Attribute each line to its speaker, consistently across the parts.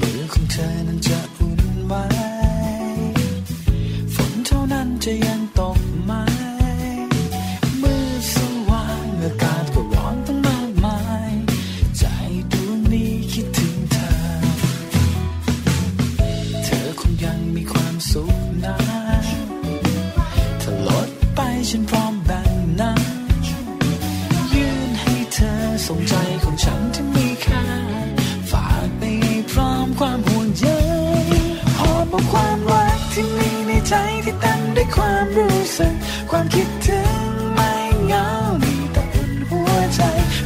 Speaker 1: มือของเธอนั้นจะอุ่นไว้ ฝนเท่านั้นจะยังตกไหม มือสว่างอากาศก็ร้อนตั้งมากมาย ใจดวงนี้คิดถึงเธอ เธอคงยังมีความสุขนะถ้าลดไปฉันพร้อมแบ่งนะยื่นให้เธอสงใจของฉันที่มีค่า ฝากไปพร้อมความห่วงใยหอมเอาความรักที่มีในใจที่เตั้งด้วยความรู้สึก ความคิดถึงไม่เหงามีแต่อุ่นหัวใจ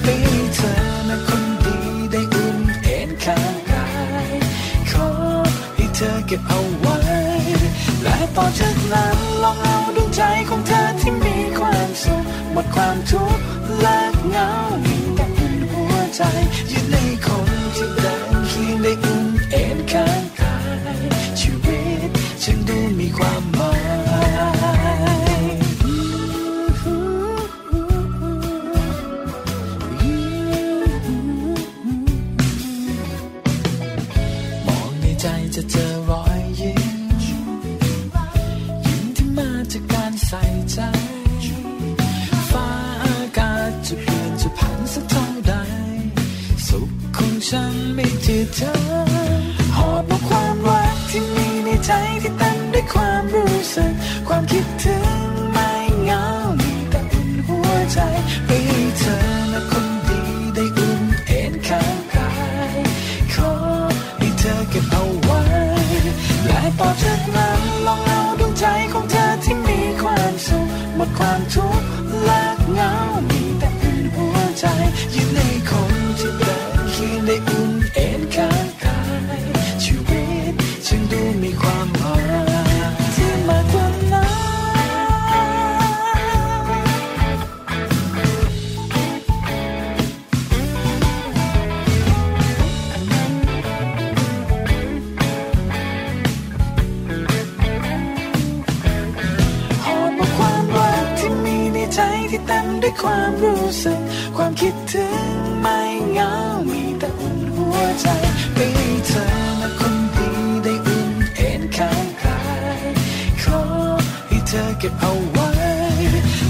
Speaker 1: มีเธอนะคนดีได้อุ่นเอ็นข้างกาย ขอให้เธอเก็บเอาไว้ และต่อจากนั้นลองเอาดวงใจของเธอที่มีความสุขหมดความทุกข์และเหงามีแต่อุ่นหัวใจยืนในคนที่เดินเคียงได้อุ่นเอ็นข้างกายชีวิตฉันดูมีความหมาย มองในใจจะเจอรอยยิ้มยิ้มที่มาจากการใส่ใจ ฟ้าอากาศจะเปลี่ยนจะผันสักเท่าใด สุขของฉันไม่ที่เธอ หอบเอาความรักที่มีในใจที่เต็มด้วยความรู้สึก ความคิดถึงไม่เหงามีแต่อุ่นหัวใจไปให้เธอนะคนดีได้อุ่นเอ็นข้างกาย ขอให้เธอเก็บเอาไว้ และต่อจากนั้นลองเอาดวงใจของเธอที่มีความสุขหมดความทุกข์และเหงา มีแต่อุ่นหัวใจยืนในคนที่เดินเคียงได้อุ่นเอ็นข้างกายชีวิตฉันดูมีความหมายที่มากกว่านั้น หอมเอาความรักที่มีในใจที่เต็มด้วยความรู้สึก ความคิดถึงไม่เหงา มีแต่อุ่นหัวใจไปให้เธอและคนดีได้อุ่นเอ็นข้างกายขอให้เธอเก็บเอาไว้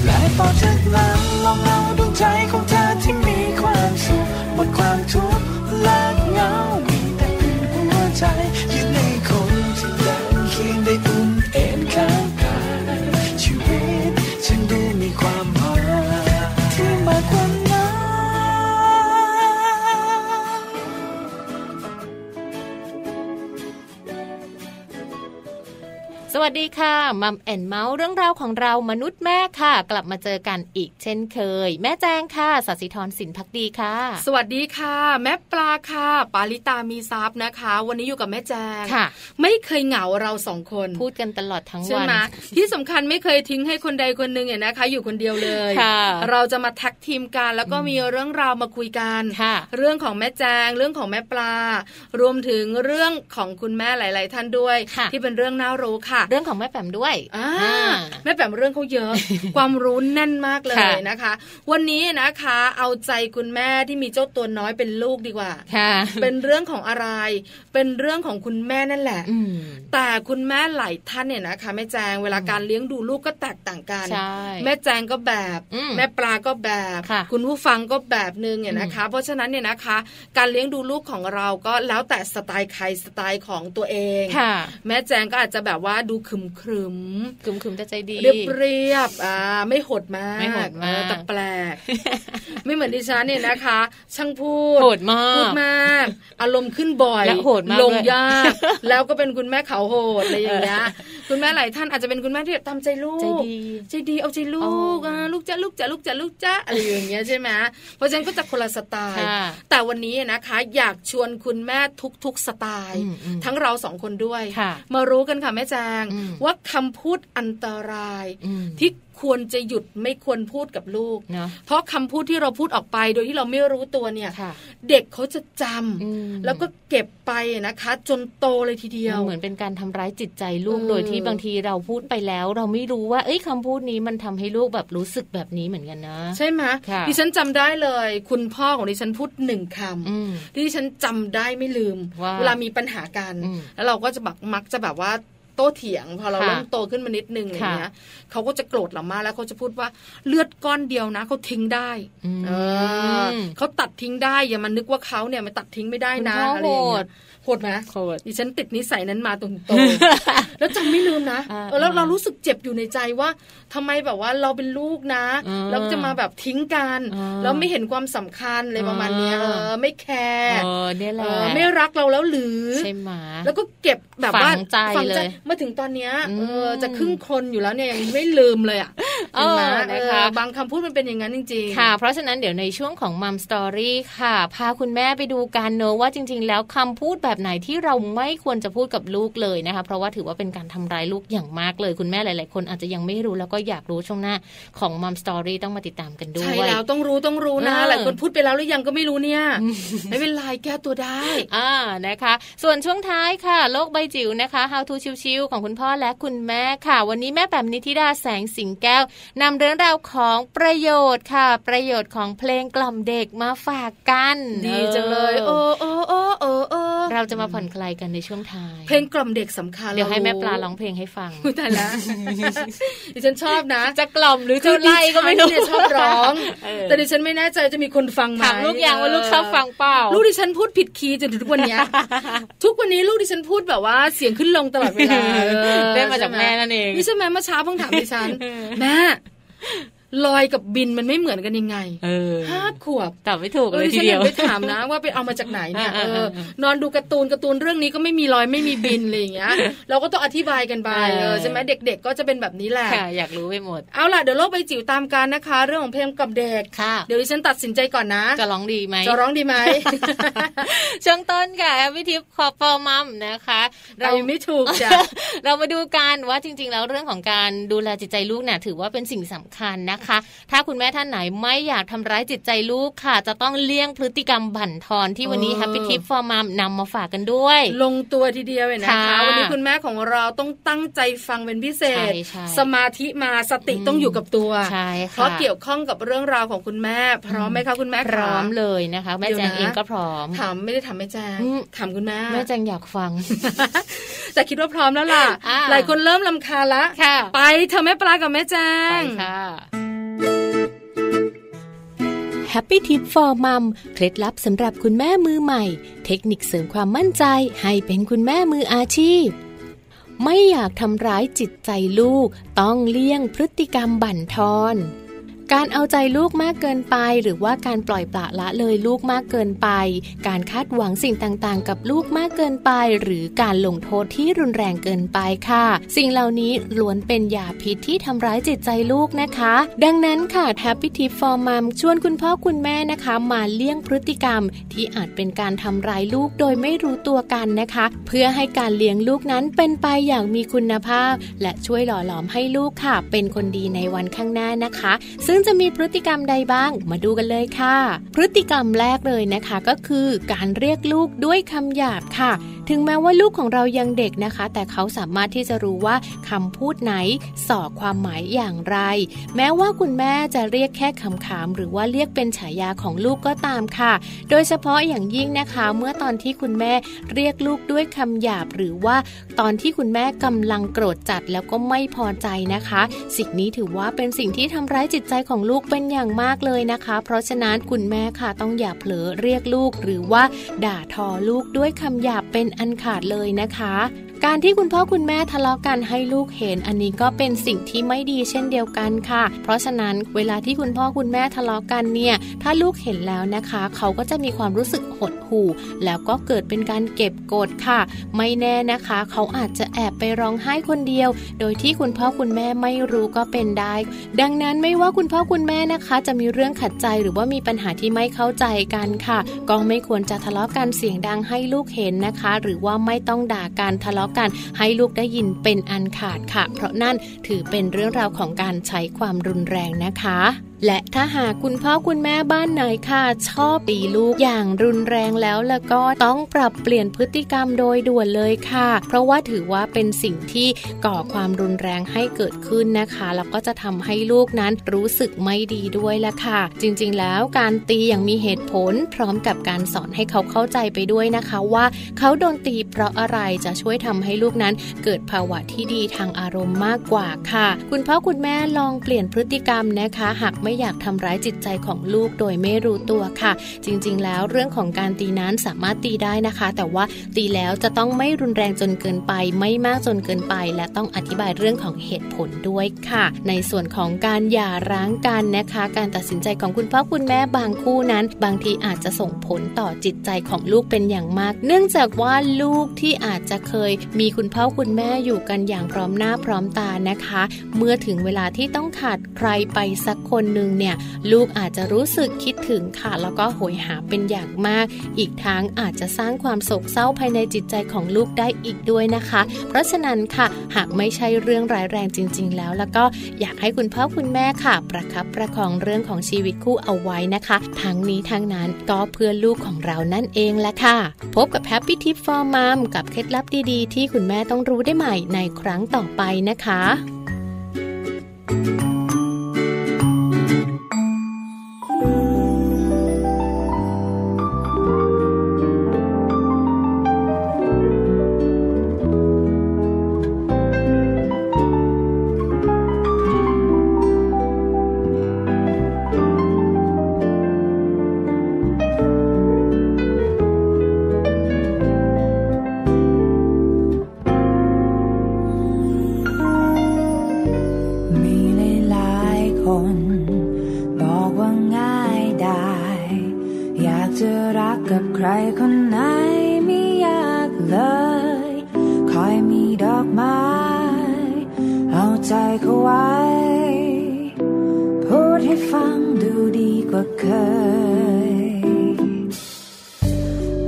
Speaker 1: และต่อจากนั้นลองเอาดวงใจของเธอที่มีความสุขหมดความทุกข์และเหงา มีแต่อุ่นหัวใจยืนในคนที่เดินเคียงได้อุ่นเอ็นข้างกาย ชีวิตฉันดูมีความหมายที่มากกว่านั้น
Speaker 2: สวัสดีค่ะมัมแอนเมาส์เรื่องราวของเรามนุษย์แม่ค่ะ กลับมาเจอกันอีกเช่นเคย แม่แจงค่ะสัสิธรสินพักดีค่ะ
Speaker 3: สวัสดีค่ะ แม่ปลาค่ะ ปาลิตามีซับนะคะ วันนี้อยู่กับแม่แจง
Speaker 2: ค่ะ
Speaker 3: ไม่เคยเหงาเราสองคน
Speaker 2: พูดกันตลอดทั้ง
Speaker 3: ใช่
Speaker 2: วัน
Speaker 3: ไหมที่สำคัญไม่เคยทิ้งให้คนใดคนหนึ่งเนี่ยนะคะ อยู่คนเดียวเลย
Speaker 2: ค่ะ
Speaker 3: เราจะมาแท็กทีมกัน แล้วก็มีเรื่องราวมาคุยกัน
Speaker 2: ค่ะ
Speaker 3: เรื่องของแม่แจง เรื่องของแม่ปลา รวมถึงเรื่องของคุณแม่หลาย ๆ ท่านด้วย
Speaker 2: ค่ะ
Speaker 3: ที่เป็นเรื่องน่ารู้ค่ะ
Speaker 2: เรื่องของแม่แปมด้วย
Speaker 3: อ่า
Speaker 2: อ่า
Speaker 3: แม่แปมเรื่องเขาเยอะ ความรู้แน่นมากเลย
Speaker 2: ค่ะ
Speaker 3: นะคะ วันนี้นะคะ เอาใจคุณแม่ที่มีเจ้าตัวน้อยเป็นลูกดีก ว่า
Speaker 2: ค่ะ
Speaker 3: เป็นเรื่องของอะไร เป็นเรื่องของคุณแม่นั่นแหละ
Speaker 2: อืม
Speaker 3: แต่คุณแม่หลายท่านเนี่ยนะคะแม่แจงเวลาการเลี้ยงดูลูกก็แตกต่างกัน
Speaker 2: ใช่
Speaker 3: แม่แจงก็แบบ
Speaker 2: อืม
Speaker 3: แม่ปลาก็แบบ
Speaker 2: ค่ะ
Speaker 3: ณผู้ฟังก็แบบหนึ่งเนี่ยนะคะ เพราะฉะนั้นเนี่ยนะคะ การเลี้ยงดูลูกของเราก็แล้วแต่สไตล์ใครสไตล์ของตัวเอง
Speaker 2: ค่ะ
Speaker 3: แม่แจงก็อาจจะแบบว่าดูขรึมขรึมๆ
Speaker 2: คึมคึมๆแต่ใจดี
Speaker 3: เรียบเรียบๆอ่า ไม่หดมาก
Speaker 2: ไม่หดมาก
Speaker 3: เออแต่แปล ก ไม่เหมือนดิฉันเนี่ยนะคะ ช่างพูด
Speaker 2: โหดมาก
Speaker 3: พูดมาก อารมณ์ขึ้นบ่อย
Speaker 2: และโหดมาก
Speaker 3: ลง
Speaker 2: ด้วย
Speaker 3: ยาก แล้วก็เป็นคุณแม่เขาโหดอะไรอย่างเงี้ย คุณแม่หลายท่านอาจจะเป็นคุณแม่ที่แบบตามใจลูก
Speaker 2: ใจดี
Speaker 3: ใจดีเอาใจลู
Speaker 2: อ๋ออ่
Speaker 3: กาลูกจ้าลูกจ้าลูกจ้าลูกจ้าอะไรอย่างเงี้ยใช่ไหมเพราะฉะนั้นก็จะคนละสไตล์
Speaker 2: ค่ะ
Speaker 3: แต่วันนี้นะคะ อยากชวนคุณแม่ทุกๆสไตล์
Speaker 2: อืมๆ
Speaker 3: ทั้งเราสองคนด้วย
Speaker 2: ค่ะ
Speaker 3: มารู้กันค่ะแม่แจง
Speaker 4: อืม
Speaker 3: ว่าคำพูดอันตราย
Speaker 4: อืม
Speaker 3: ที่ควรจะหยุดไม่ควรพูดกับลูก
Speaker 4: เนาะ
Speaker 3: เพราะคำพูดที่เราพูดออกไปโดยที่เราไม่รู้ตัวเนี่ย
Speaker 4: ค่ะ
Speaker 3: เด็กเขาจะจำ
Speaker 4: อืม
Speaker 3: แล้วก็เก็บไปนะคะ จนโตเลยทีเดียว
Speaker 4: เหมือนเป็นการทำร้ายจิตใจลูก
Speaker 3: เออ
Speaker 4: โดยที่บางทีเราพูดไปแล้ว เราไม่รู้ว่าเอ้ยคำพูดนี้มันทำให้ลูกแบบรู้สึกแบบนี้เหมือนกันนะ
Speaker 3: ใช่ไหม
Speaker 4: ค่ะ
Speaker 3: ดิฉันจำได้เลย คุณพ่อของดิฉันพูดหนึ่งคำ
Speaker 4: อืม
Speaker 3: ที่ฉันจำได้ไม่ลืม
Speaker 4: ว่า
Speaker 3: เวลามีปัญหากัน
Speaker 4: อืม
Speaker 3: แล้วเราก็จะแบบมักจะแบบว่าโต้เถียง พอเรา
Speaker 4: ค่ะ
Speaker 3: เริ่มโตขึ้นมานิดนึงอย่างเงี้ยเขาก็จะโกรธเรามากแล้วเขาจะพูดว่าเลือดก้อนเดียวนะเขาทิ้งได้
Speaker 4: อืม
Speaker 3: เออเขาตัดทิ้งได้อย่ามานึกว่าเขาเนี่ยมันตัดทิ้งไม่ได้นะ
Speaker 4: คุณพ่ออ
Speaker 3: อะไรอย่า
Speaker 4: โห
Speaker 3: งเงี้
Speaker 4: ด
Speaker 3: ยโหดไหม
Speaker 4: โคตร
Speaker 3: ดิฉันติดนิสัยนั้นมาตรงโต แล้วจำไม่ลืมนะ
Speaker 4: อ่า
Speaker 3: เออแล้ว
Speaker 4: อ่า
Speaker 3: เรารู้สึกเจ็บอยู่ในใจว่าทำไมแบบว่าเราเป็นลูกนะ
Speaker 4: อ่า
Speaker 3: แล้วจะมาแบบทิ้งกัน
Speaker 4: อ่า
Speaker 3: แล้วไม่เห็นความสำคัญอะไรประมาณเนี้ย
Speaker 4: อ่า
Speaker 3: เออไม่แคร์
Speaker 4: เออเนี่ยแห
Speaker 3: เอ
Speaker 4: ละ
Speaker 3: อไม่รักเราแล้วหรือ
Speaker 4: ใช่ไหม
Speaker 3: แล้วก็เก็บแบบว่า
Speaker 4: ฝังใจเลย
Speaker 3: มาถึงตอนเนี้ย
Speaker 4: อืม
Speaker 3: เออจะครึ่งคนอยู่แล้วเนี่ยยังไม่ลืมเลยอ่ะ
Speaker 4: เออ
Speaker 3: เห็นไหม
Speaker 4: นะคะ
Speaker 3: เออบางคำพูดมันเป็นอย่างนั้นจริงๆ
Speaker 4: ค่ะ เพราะฉะนั้นเดี๋ยวในช่วงของมัมสตอรี่ค่ะ พาคุณแม่ไปดูกันเนอะว่าจริง ๆ แล้วคำพูดแบบไหนที่เราไม่ควรจะพูดกับลูกเลยนะคะ เพราะว่าถือว่าเป็นการทำร้ายลูกอย่างมากเลย คุณแม่หลาย ๆ คนอาจจะยังไม่รู้แล้วก็อยากรู้ช่วงหน้าของมัมสตอรี่ต้องมาติดตามกันด้วย
Speaker 3: ใช่แล้วต้องรู้ต้องรู้นะ
Speaker 4: เออ
Speaker 3: หลายคนพูดไปแล้วหรือยังก็ไม่รู้เนี่ย ไม่เป็นไรแก้ตัวได้
Speaker 4: อ่านะคะ ส่วนช่วงท้ายค่ะ โลกใบจิ๋วนะคะ How to ชิวๆของคุณพ่อและคุณแม่ค่ะ วันนี้แม่แบบนิธิดาแสงสิงแก้วนำเรื่องราวของประโยชน์ค่ะ ประโยชน์ของเพลงกล่อมเด็กมาฝากกัน
Speaker 3: ดีจังเลย
Speaker 4: ออ
Speaker 3: เออเออเออเออเออ
Speaker 4: เราจะมาผ่อนคลายกันในช่วงท้าย
Speaker 3: เพลงกล่อมเด็กสำคัญ
Speaker 4: เดี๋ยวให้แม่
Speaker 3: เรู้
Speaker 4: ปลาร้องเพลงให้ฟัง
Speaker 3: อุ๊ยตาย แล้วดิฉันชอบนะ
Speaker 4: จะกล่อมหรือจะไล่ก็ไม่รู้
Speaker 3: คือดิฉันเนี่ยชอบร้อง
Speaker 4: เออ
Speaker 3: แต่ดิฉันไม่แน่ใจจะมีคนฟังไหม
Speaker 4: ถามลูกยังว่าลูกชอบฟังเปล่า
Speaker 3: ลูกดิฉันพูดผิดคีย์จนถึงทุกวันเนี้ย ทุกวันนี้ลูกดิฉันพูดแบบว่าเสียงขึ้นลงตลอดเว ลา
Speaker 4: เออได้มาจาก
Speaker 3: ใช่ไห
Speaker 4: แม่นั่นเอง
Speaker 3: นี่ใช่ไหมเมื่อเช้าเพิ่งถามดิ ฉัน แม่ลอยกับบินมันไม่เหมือนกันยังไง
Speaker 4: เออ
Speaker 3: ห้าขวบ
Speaker 4: ตอบไม่ถูกเล
Speaker 3: เออย ดิ
Speaker 4: ที
Speaker 3: ฉัน
Speaker 4: เดีย
Speaker 3: ยัง
Speaker 4: ว
Speaker 3: ไปถามนะ ว่าไปเอามาจากไหนเนี่ย
Speaker 4: อ่า
Speaker 3: เอ
Speaker 4: อ่า
Speaker 3: อ
Speaker 4: อ่าน
Speaker 3: อนดูการ์ตูนการ์ตูนเรื่องนี้ก็ไม่มีลอยไม่มีบินอะไรอย่างเงี้ย เราก็ต้องอธิบายกันไป
Speaker 4: เออ
Speaker 3: เออใช่ไหมเด็ก ๆ ก็จะเป็นแบบนี้แหละ
Speaker 4: ค่ะ อยากรู้ไปหมด
Speaker 3: เอาล่ะเดี๋ยวโลกใบจิ๋วตามกันนะคะ เรื่องของเพลงกับเด็ก
Speaker 4: ค่ะ
Speaker 3: เดี๋ยวดิฉันตัดสินใจก่อนนะ
Speaker 4: จะร้องดีไหม
Speaker 3: จะร้อง ดีไหม
Speaker 4: ช่วงต้นค่ะแอปพิทิปคอปเปอร์มัมนะคะ
Speaker 3: เราไม่ถูกจ้ะ
Speaker 4: เรามาดูกันว่าจริง ๆ แล้วเรื่องของการดูแลจิตใจลูกเนี่ยถือว่าเป็นสิ่งสำคัญนะคะ ถ้าคุณแม่ท่านไหนไม่อยากทำร้ายจิตใจลูกค่ะ จะต้องเลี่ยงพฤติกรรมบั่นทอนที่วันนี้
Speaker 3: เออ
Speaker 4: Happy Tip for Mom นำมาฝากกันด้วย
Speaker 3: ลงตัวทีเดียวเลยนะคะ
Speaker 4: ค่ะ
Speaker 3: วันนี้คุณแม่ของเราต้องตั้งใจฟังเป็นพิเศษ
Speaker 4: ใช่ใช่
Speaker 3: สมาธิมาสติ
Speaker 4: อืม
Speaker 3: ต้องอยู่กับตัว
Speaker 4: ใช่ค่ะ
Speaker 3: เพราะเกี่ยวข้องกับเรื่องราวของคุณแม่ พร้อมไหมคะคุณแม่
Speaker 4: พ
Speaker 3: คะ
Speaker 4: ร้อมเลยนะคะ แม่แจงเอ
Speaker 3: เดี๋ยว
Speaker 4: ง
Speaker 3: นะ
Speaker 4: ก็พร้อม
Speaker 3: ถามไม่ได้ถามแม่แจ้ง
Speaker 4: อืม
Speaker 3: ถามคุณแม่
Speaker 4: แม่แจงอยากฟัง
Speaker 3: แต่คิดว่าพร้อมแล้วล่ะ
Speaker 4: อ่า
Speaker 3: หลายคนเริ่มลำคาญละ
Speaker 4: ค่ะ
Speaker 3: ไปเธอะแม่ปลากับแม่แจ้
Speaker 4: ไป
Speaker 3: ง
Speaker 4: ค่ะ
Speaker 2: Happy Tip for Mom เคล็ดลับสำหรับคุณแม่มือใหม่ เทคนิคเสริมความมั่นใจให้เป็นคุณแม่มืออาชีพ ไม่อยากทำร้ายจิตใจลูก ต้องเลี่ยงพฤติกรรมบั่นทอน การเอาใจลูกมากเกินไป หรือว่าการปล่อยปละละเลยลูกมากเกินไป การคาดหวังสิ่งต่างๆ กับลูกมากเกินไป หรือการลงโทษที่รุนแรงเกินไปค่ะ สิ่งเหล่านี้ล้วนเป็นยาพิษที่ทำร้ายจิตใจลูกนะคะ ดังนั้นค่ะ Happy Tip for Mom ชวนคุณพ่อคุณแม่นะคะ มาเลี่ยงพฤติกรรม ที่อาจเป็นการทำร้ายลูกโดยไม่รู้ตัวกันนะคะ เพื่อให้การเลี้ยงลูกนั้นเป็นไปอย่างมีคุณภาพ และช่วยหล่อหลอมให้ลูกค่ะ เป็นคนดีในวันข้างหน้านะคะ ซึ่งจะมีพฤติกรรมใดบ้างมาดูกันเลยค่ะ พฤติกรรมแรกเลยนะคะก็คือการเรียกลูกด้วยคำหยาบค่ะ ถึงแม้ว่าลูกของเรายังเด็กนะคะ แต่เขาสามารถที่จะรู้ว่าคำพูดไหนสอความหมายอย่างไร แม้ว่าคุณแม่จะเรียกแค่คำขามหรือว่าเรียกเป็นฉายาของลูกก็ตามค่ะ โดยเฉพาะอย่างยิ่งนะคะ เมื่อตอนที่คุณแม่เรียกลูกด้วยคำหยาบ หรือว่าตอนที่คุณแม่กำลังโกรธจัดแล้วก็ไม่พอใจนะคะ สิ่งนี้ถือว่าเป็นสิ่งที่ทำร้ายจิตใจของลูกเป็นอย่างมากเลยนะคะ เพราะฉะนั้นคุณแม่ค่ะต้องอย่าเผลอเรียกลูก หรือว่าด่าทอลูกด้วยคำหยาบเป็นอันขาดเลยนะคะ การที่คุณพ่อคุณแม่ทะเลาะกันให้ลูกเห็น อันนี้ก็เป็นสิ่งที่ไม่ดีเช่นเดียวกันค่ะ เพราะฉะนั้นเวลาที่คุณพ่อคุณแม่ทะเลาะกันเนี่ย ถ้าลูกเห็นแล้วนะคะ เขาก็จะมีความรู้สึกหดหู่ แล้วก็เกิดเป็นการเก็บกดค่ะ ไม่แน่นะคะ เขาอาจจะแอบไปร้องไห้คนเดียว โดยที่คุณพ่อคุณแม่ไม่รู้ก็เป็นได้ ดังนั้นไม่ว่าคุณพ่อคุณแม่นะคะ จะมีเรื่องขัดใจหรือว่ามีปัญหาที่ไม่เข้าใจกันค่ะ ก็ไม่ควรจะทะเลาะกันเสียงดังให้ลูกเห็นนะคะ หรือว่าไม่ต้องด่ากันทะเลาะ กัน ให้ลูกได้ยินเป็นอันขาดค่ะ เพราะนั่นถือเป็นเรื่องราวของการใช้ความรุนแรงนะคะ และถ้าหากคุณพ่อคุณแม่บ้านไหนค่ะชอบตีลูกอย่างรุนแรงแล้วแล้วก็ต้องปรับเปลี่ยนพฤติกรรมโดยด่วนเลยค่ะ เพราะว่าถือว่าเป็นสิ่งที่ก่อความรุนแรงให้เกิดขึ้นนะคะแล้วก็จะทำให้ลูกนั้นรู้สึกไม่ดีด้วยละค่ะ จริงๆแล้วการตีอย่างมีเหตุผล พร้อมกับการสอนให้เขาเข้าใจไปด้วยนะคะว่า เขาโดนตีเพราะอะไรจะช่วยทำให้ลูกนั้นเกิดภาวะที่ดีทางอารมณ์มากกว่าค่ะ คุณพ่อคุณแม่ลองเปลี่ยนพฤติกรรมนะคะ หากไม่อยากทำร้ายจิตใจของลูกโดยไม่รู้ตัวค่ะ จริงๆ แล้วเรื่องของการตีนั้นสามารถตีได้นะคะ แต่ว่าตีแล้วจะต้องไม่รุนแรงจนเกินไป ไม่มากจนเกินไป และต้องอธิบายเรื่องของเหตุผลด้วยค่ะ ในส่วนของการหย่าร้างกันนะคะ การตัดสินใจของคุณพ่อคุณแม่บางคู่นั้น บางทีอาจจะส่งผลต่อจิตใจของลูกเป็นอย่างมาก เนื่องจากว่าลูกที่อาจจะเคย มีคุณพ่อคุณแม่อยู่กันอย่างพร้อมหน้าพร้อมตานะคะ เมื่อถึงเวลาที่ต้องขาดใครไปสักคนหนึ่งเนี่ย ลูกอาจจะรู้สึกคิดถึงค่ะ แล้วก็โหยหาเป็นอย่างมาก อีกทั้งอาจจะสร้างความโศกเศร้าภายในจิตใจของลูกได้อีกด้วยนะคะ เพราะฉะนั้นค่ะ หากไม่ใช่เรื่องร้ายแรงจริง ๆ แล้ว แล้วก็อยากให้คุณพ่อคุณแม่ค่ะ ประคับประคองเรื่องของชีวิตคู่เอาไว้นะคะ ทั้งนี้ทั้งนั้นก็เพื่อลูกของเรานั่นเองแหละค่ะ พบกับแฮปปี้ทิปฟอร์มามกับเคล็ดลับดีๆ ที่คุณแม่ต้องรู้ได้ใหม่ในครั้งต่อไปนะคะ
Speaker 5: มีหลายๆคน บอกว่าง่ายได้ อยากจะรักกับใครคนไหนไม่ยากเลย คอยมีดอกไม้ เอาใจเขาไว้ พูดให้ฟังดูดีกว่าเคย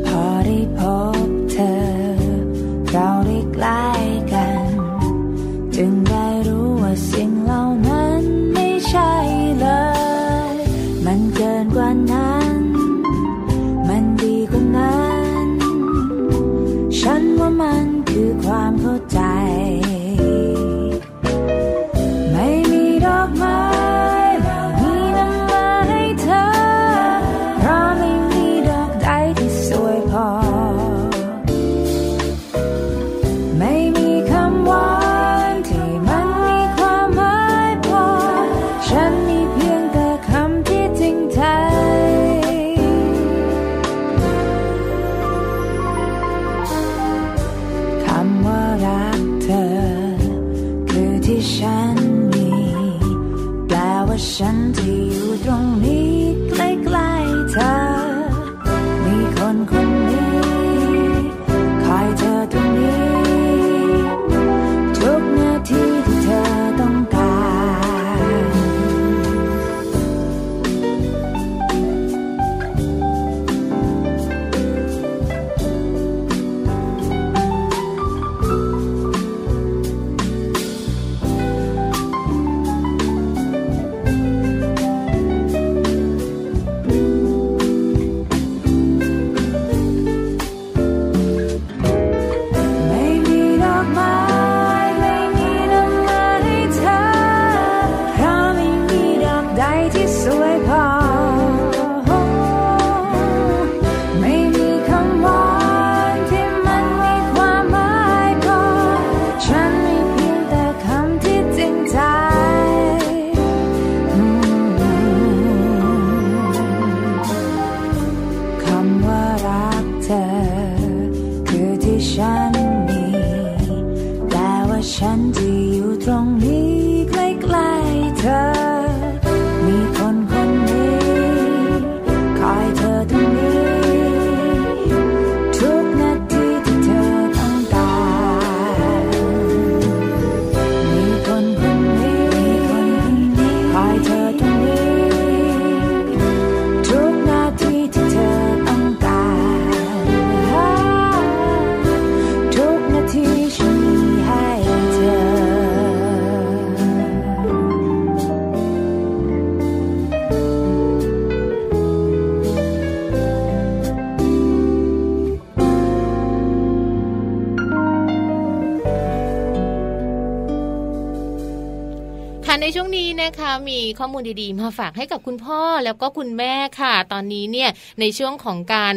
Speaker 5: พอได้พบเธอ เราได้ใกล้กัน จึงได้รู้ว่าสิ่งเหล่านั้นไม่ใช่เลย มันเกินกว่านั้น มันดีกว่านั้น ฉันว่ามันคือความเข้าใจ ไม่มีดอกไม้มีนำมาให้เธอ เพราะไม่มีดอกใดที่สวยพอ ไม่มีคำหวานที่มันมีความหมายพอ ฉันมีเพียงแต่คำที่จริงใจ คำว่ารักเธอ คือที่ฉันมี แปลว่าฉันที่อยู่ตรงนี้ใกล้ๆเธอ มีคนคนนี้ คอยเธอตรงนี้ ทุกนาทีที่เธอต้องการ ไม่มีดอกไม้ ไม่มีน้ำมาให้เธอ เพราะไม่มีดอกใดที่สวยพอ ไม่มีคำหวานที่มันมีความหมายพอ ฉันมีเพียงแต่คำที่จริงใจ คำว่ารักเธอ คือที่ฉันมีแปลว่าฉันที่อยู่ตรงนี้ใกล้ๆเธอ มีคนคน
Speaker 2: ในช่วงนี้นะคะมีข้อมูลดีๆ มาฝากให้กับคุณพ่อแล้วก็คุณแม่ค่ะ ตอนนี้เนี่ยในช่วงของการ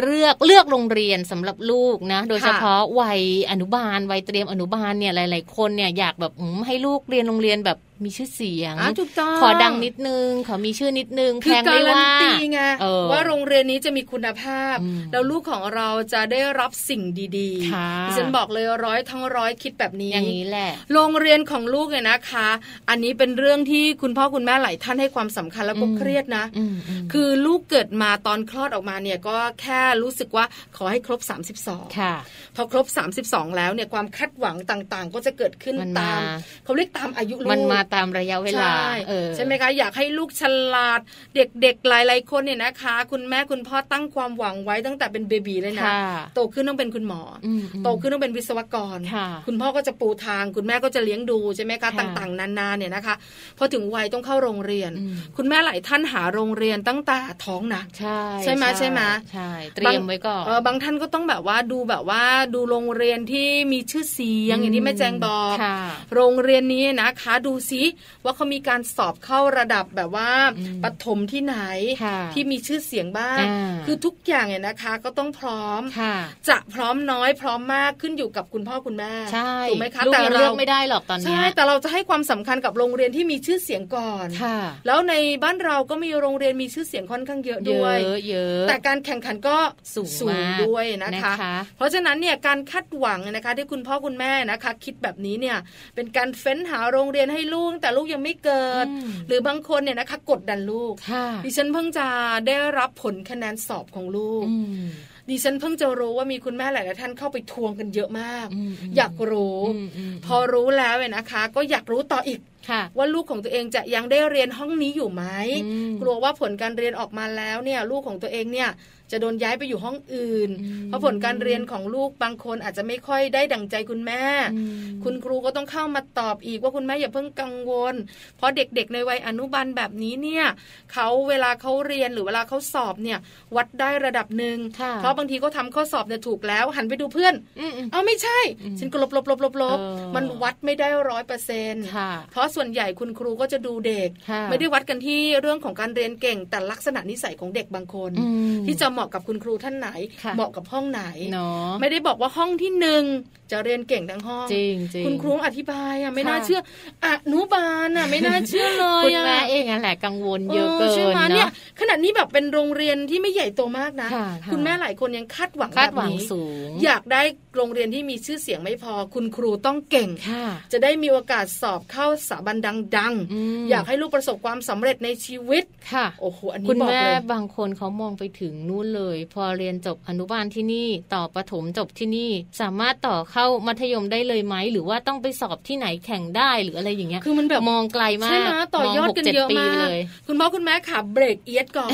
Speaker 2: เลือกเลือกโรงเรียนสำหรับลูกนะ โดยเฉพาะวัยอนุบาลวัยเตรียมอนุบาลเนี่ยหลาย ๆ คนเนี่ยอยากแบบอืมให้ลูกเรียนโรงเรียนแบบมีชื่อเสียง
Speaker 3: อ่ะถูกต้อง
Speaker 2: ขอดังนิดนึง ขอมีชื่อนิดนึงแพ
Speaker 3: คือง กา
Speaker 2: ไม่
Speaker 3: รัน
Speaker 2: ว่า
Speaker 3: ตีไง
Speaker 2: เออ
Speaker 3: ว่าโรงเรียนนี้จะมีคุณภาพ
Speaker 2: อืม
Speaker 3: แล้วลูกของเราจะได้รับสิ่งดี
Speaker 2: ค่ะ
Speaker 3: ๆดิฉันบอกเลยร้อยทั้งร้อยคิดแบบนี้
Speaker 2: อย่างนี้แหละ
Speaker 3: โรงเรียนของลูกเนี่ยนะคะ อันนี้เป็นเรื่องที่คุณพ่อคุณแม่หลายท่านให้ความสำคัญแล้วก็
Speaker 2: อืม
Speaker 3: เครียดนะ
Speaker 2: อืมอืม
Speaker 3: คือลูกเกิดมาตอนคลอดออกมาเนี่ยก็แค่รู้สึกว่าขอให้ครบ 32
Speaker 2: ค่ะ
Speaker 3: พอครบ 32 แล้วเนี่ยความคาดหวังต่างๆ ก็จะเกิดขึ้น
Speaker 2: มัน
Speaker 3: ตาม
Speaker 2: มา
Speaker 3: เขาเรียกตามอายุลูก
Speaker 2: มันมาตามระยะเวลา
Speaker 3: ใช่
Speaker 2: เออ
Speaker 3: ใช่ไหมคะ อยากให้ลูกฉลาดเด็กๆหลายๆคนเนี่ยนะคะ คุณแม่คุณพ่อตั้งความหวังไว้ตั้งแต่เป็นเบบีเลยนะ
Speaker 2: ค่ะ
Speaker 3: โตขึ้นต้องเป็นคุณหมออ
Speaker 2: อืมอืม
Speaker 3: โตขึ้นต้องเป็นวิศวกร
Speaker 2: ค่ะ
Speaker 3: คุณพ่อก็จะปูทาง คุณแม่ก็จะเลี้ยงดูใช่ไหมคะ
Speaker 2: ค่ะ
Speaker 3: ต่างๆ นานาเนี่ยนะคะ พอถึงวัยต้องเข้าโรงเรียน
Speaker 2: อืม
Speaker 3: คุณแม่หลายท่านหาโรงเรียนตั้งแต่ท้องนะ
Speaker 2: ใช่
Speaker 3: ใช่ไหมใช่ไหม
Speaker 2: ใช่เตรียมไว้ก่อน
Speaker 3: เออบางท่านก็ต้องแบบว่าดูแบบว่าดูโรงเรียนที่มีชื่อเสียงอย่างที่แม่แจงบอก
Speaker 2: ค่ะ
Speaker 3: โรงเรียนนี้นะคะดูซิว่าเขามีการสอบเข้าระดับแบบว่า
Speaker 2: อืม
Speaker 3: ปฐมที่ไหน
Speaker 2: ค่ะ
Speaker 3: ที่มีชื่อเสียงบ้าง
Speaker 2: อ่า
Speaker 3: คือทุกอย่างเนี่ยนะคะก็ต้องพร้อม
Speaker 2: ค่ะ
Speaker 3: จะพร้อมน้อยพร้อมมากขึ้นอยู่กับคุณพ่อคุณแม่
Speaker 2: ใช่
Speaker 3: ถูกไหมคะ
Speaker 2: ลูก
Speaker 3: แต่
Speaker 2: ยัง
Speaker 3: เรา
Speaker 2: เลือกไม่ได้หรอกตอนเนี้ย
Speaker 3: ใช่แต่เราจะให้ความสำคัญกับโรงเรียนที่มีชื่อเสียงก่อน
Speaker 2: ค่ะ
Speaker 3: แล้วในบ้านเราก็มีโรงเรียนมีชื่อเสียงค่อนข้างเยอะ
Speaker 2: เย
Speaker 3: ด้วย
Speaker 2: อะเยอะ
Speaker 3: แต่การแข่งขันก็
Speaker 2: สูงมาก
Speaker 3: ด้วยนะคะ
Speaker 2: นะคะ
Speaker 3: เพราะฉะนั้นเนี่ยการคาดหวังนะคะ ที่คุณพ่อคุณแม่นะคะ คิดแบบนี้เนี่ยเป็นการเฟ้นหาโรงเรียนให้ลูกแต่ลูกยังไม่เกิด
Speaker 2: อืม
Speaker 3: หรือบางคนเนี่ยนะคะกดดันลูก
Speaker 2: ค่ะ
Speaker 3: ดิฉันเพิ่งจะได้รับผลคะแนนสอบของลูก
Speaker 2: อืม
Speaker 3: ดิฉันเพิ่งจะรู้ว่ามีคุณแม่หลายๆท่านเข้าไปทวงกันเยอะมาก
Speaker 2: อืมอืม
Speaker 3: อยากรู้
Speaker 2: อืมอืม
Speaker 3: พอรู้แล้วเนี่ยนะคะ ก็อยากรู้ต่ออีก
Speaker 2: ค่ะ
Speaker 3: ว่าลูกของตัวเองจะยังได้เรียนห้องนี้อยู่ไหม
Speaker 2: อืม
Speaker 3: กลัวว่าผลการเรียนออกมาแล้วเนี่ยลูกของตัวเองเนี่ยจะโดนย้ายไปอยู่ห้องอื่น
Speaker 2: อืม
Speaker 3: เพราะผลการเรียนของลูกบางคนอาจจะไม่ค่อยได้ดั่งใจคุณแม่
Speaker 2: อืม
Speaker 3: คุณครูก็ต้องเข้ามาตอบอีกว่าคุณแม่อย่าเพิ่งกังวล เพราะเด็กๆในวัยอนุบาลแบบนี้เนี่ยเขาเวลาเขาเรียนหรือเวลาเขาสอบเนี่ยวัดได้ระดับหนึ่ง
Speaker 2: ค่ะ
Speaker 3: เพราะบางทีเขาทำข้อสอบเนี่ยถูกแล้วหันไปดูเพื่อน
Speaker 2: อืมอืม
Speaker 3: เอาไม่ใช่
Speaker 2: อืม
Speaker 3: ฉันก็ลบลบลบลบลบ
Speaker 2: เออ
Speaker 3: มันวัดไม่ได้ร้อยเปอร์เซ็นต์
Speaker 2: ค่ะ
Speaker 3: เพราะส่วนใหญ่คุณครูก็จะดูเด็ก
Speaker 2: ค่ะ
Speaker 3: ไม่ได้วัดกันที่เรื่องของการเรียนเก่ง แต่ลักษณะนิสัยของเด็กบางคน
Speaker 2: อืม
Speaker 3: ที่จะเหมาะกับคุณครูท่านไหน
Speaker 2: ค่ะ
Speaker 3: เหมาะกับห้องไหน
Speaker 2: เนาะ
Speaker 3: ไม่ได้บอกว่าห้องที่หนึ่งจะเรียนเก่งทั้งห้อง
Speaker 2: จริงจริง
Speaker 3: คุณครูอธิบายอ่ะไม่น่า
Speaker 2: ค่ะ
Speaker 3: เชื่ออนุบาลอ่ะไม่น่าเชื่อเลย
Speaker 2: คุณ
Speaker 3: อ่ะ
Speaker 2: แม่เองอะแหละกังวลเยอะเกิ
Speaker 3: ใช่
Speaker 2: น
Speaker 3: ไหมเนี่ย
Speaker 2: เนาะ
Speaker 3: ขนาดนี้แบบเป็นโรงเรียนที่ไม่ใหญ่โตมากนะ
Speaker 2: ค่ะค่ะ
Speaker 3: ณแม่หลายคนยังคาดหวัง
Speaker 2: คาด
Speaker 3: แบบ
Speaker 2: หวัง
Speaker 3: นี้
Speaker 2: สูง
Speaker 3: อยากได้โรงเรียนที่มีชื่อเสียงไม่พอ คุณครูต้องเก่ง
Speaker 2: ค่ะ
Speaker 3: จะได้มีโอกาสสอบเข้าสถาบันดัง
Speaker 2: อืม
Speaker 3: ๆ อยากให้ลูกประสบความสำเร็จในชีวิต
Speaker 2: ค่ะ
Speaker 3: โอ้โห อันนี้
Speaker 2: คุณ
Speaker 3: บอก
Speaker 2: แม่
Speaker 3: เลย
Speaker 2: บางคนเขามองไปถึงนู่นเลย พอเรียนจบอนุบาลที่นี่ต่อประถมจบที่นี่ สามารถต่อเข้ามัธยมได้เลยไหม หรือว่าต้องไปสอบที่ไหนแข่งได้หรืออะไรอย่างเงี้ย
Speaker 3: คือมันแบบ
Speaker 2: มองไกลมาก
Speaker 3: ใช่ไหมต่อยอด
Speaker 2: มงห
Speaker 3: กัน
Speaker 2: จ็
Speaker 3: เยอะ
Speaker 2: ปี
Speaker 3: มาก
Speaker 2: ไปเลย
Speaker 3: คุณพ่อคุณแม่ค่ะเบรกเอียด ก่อน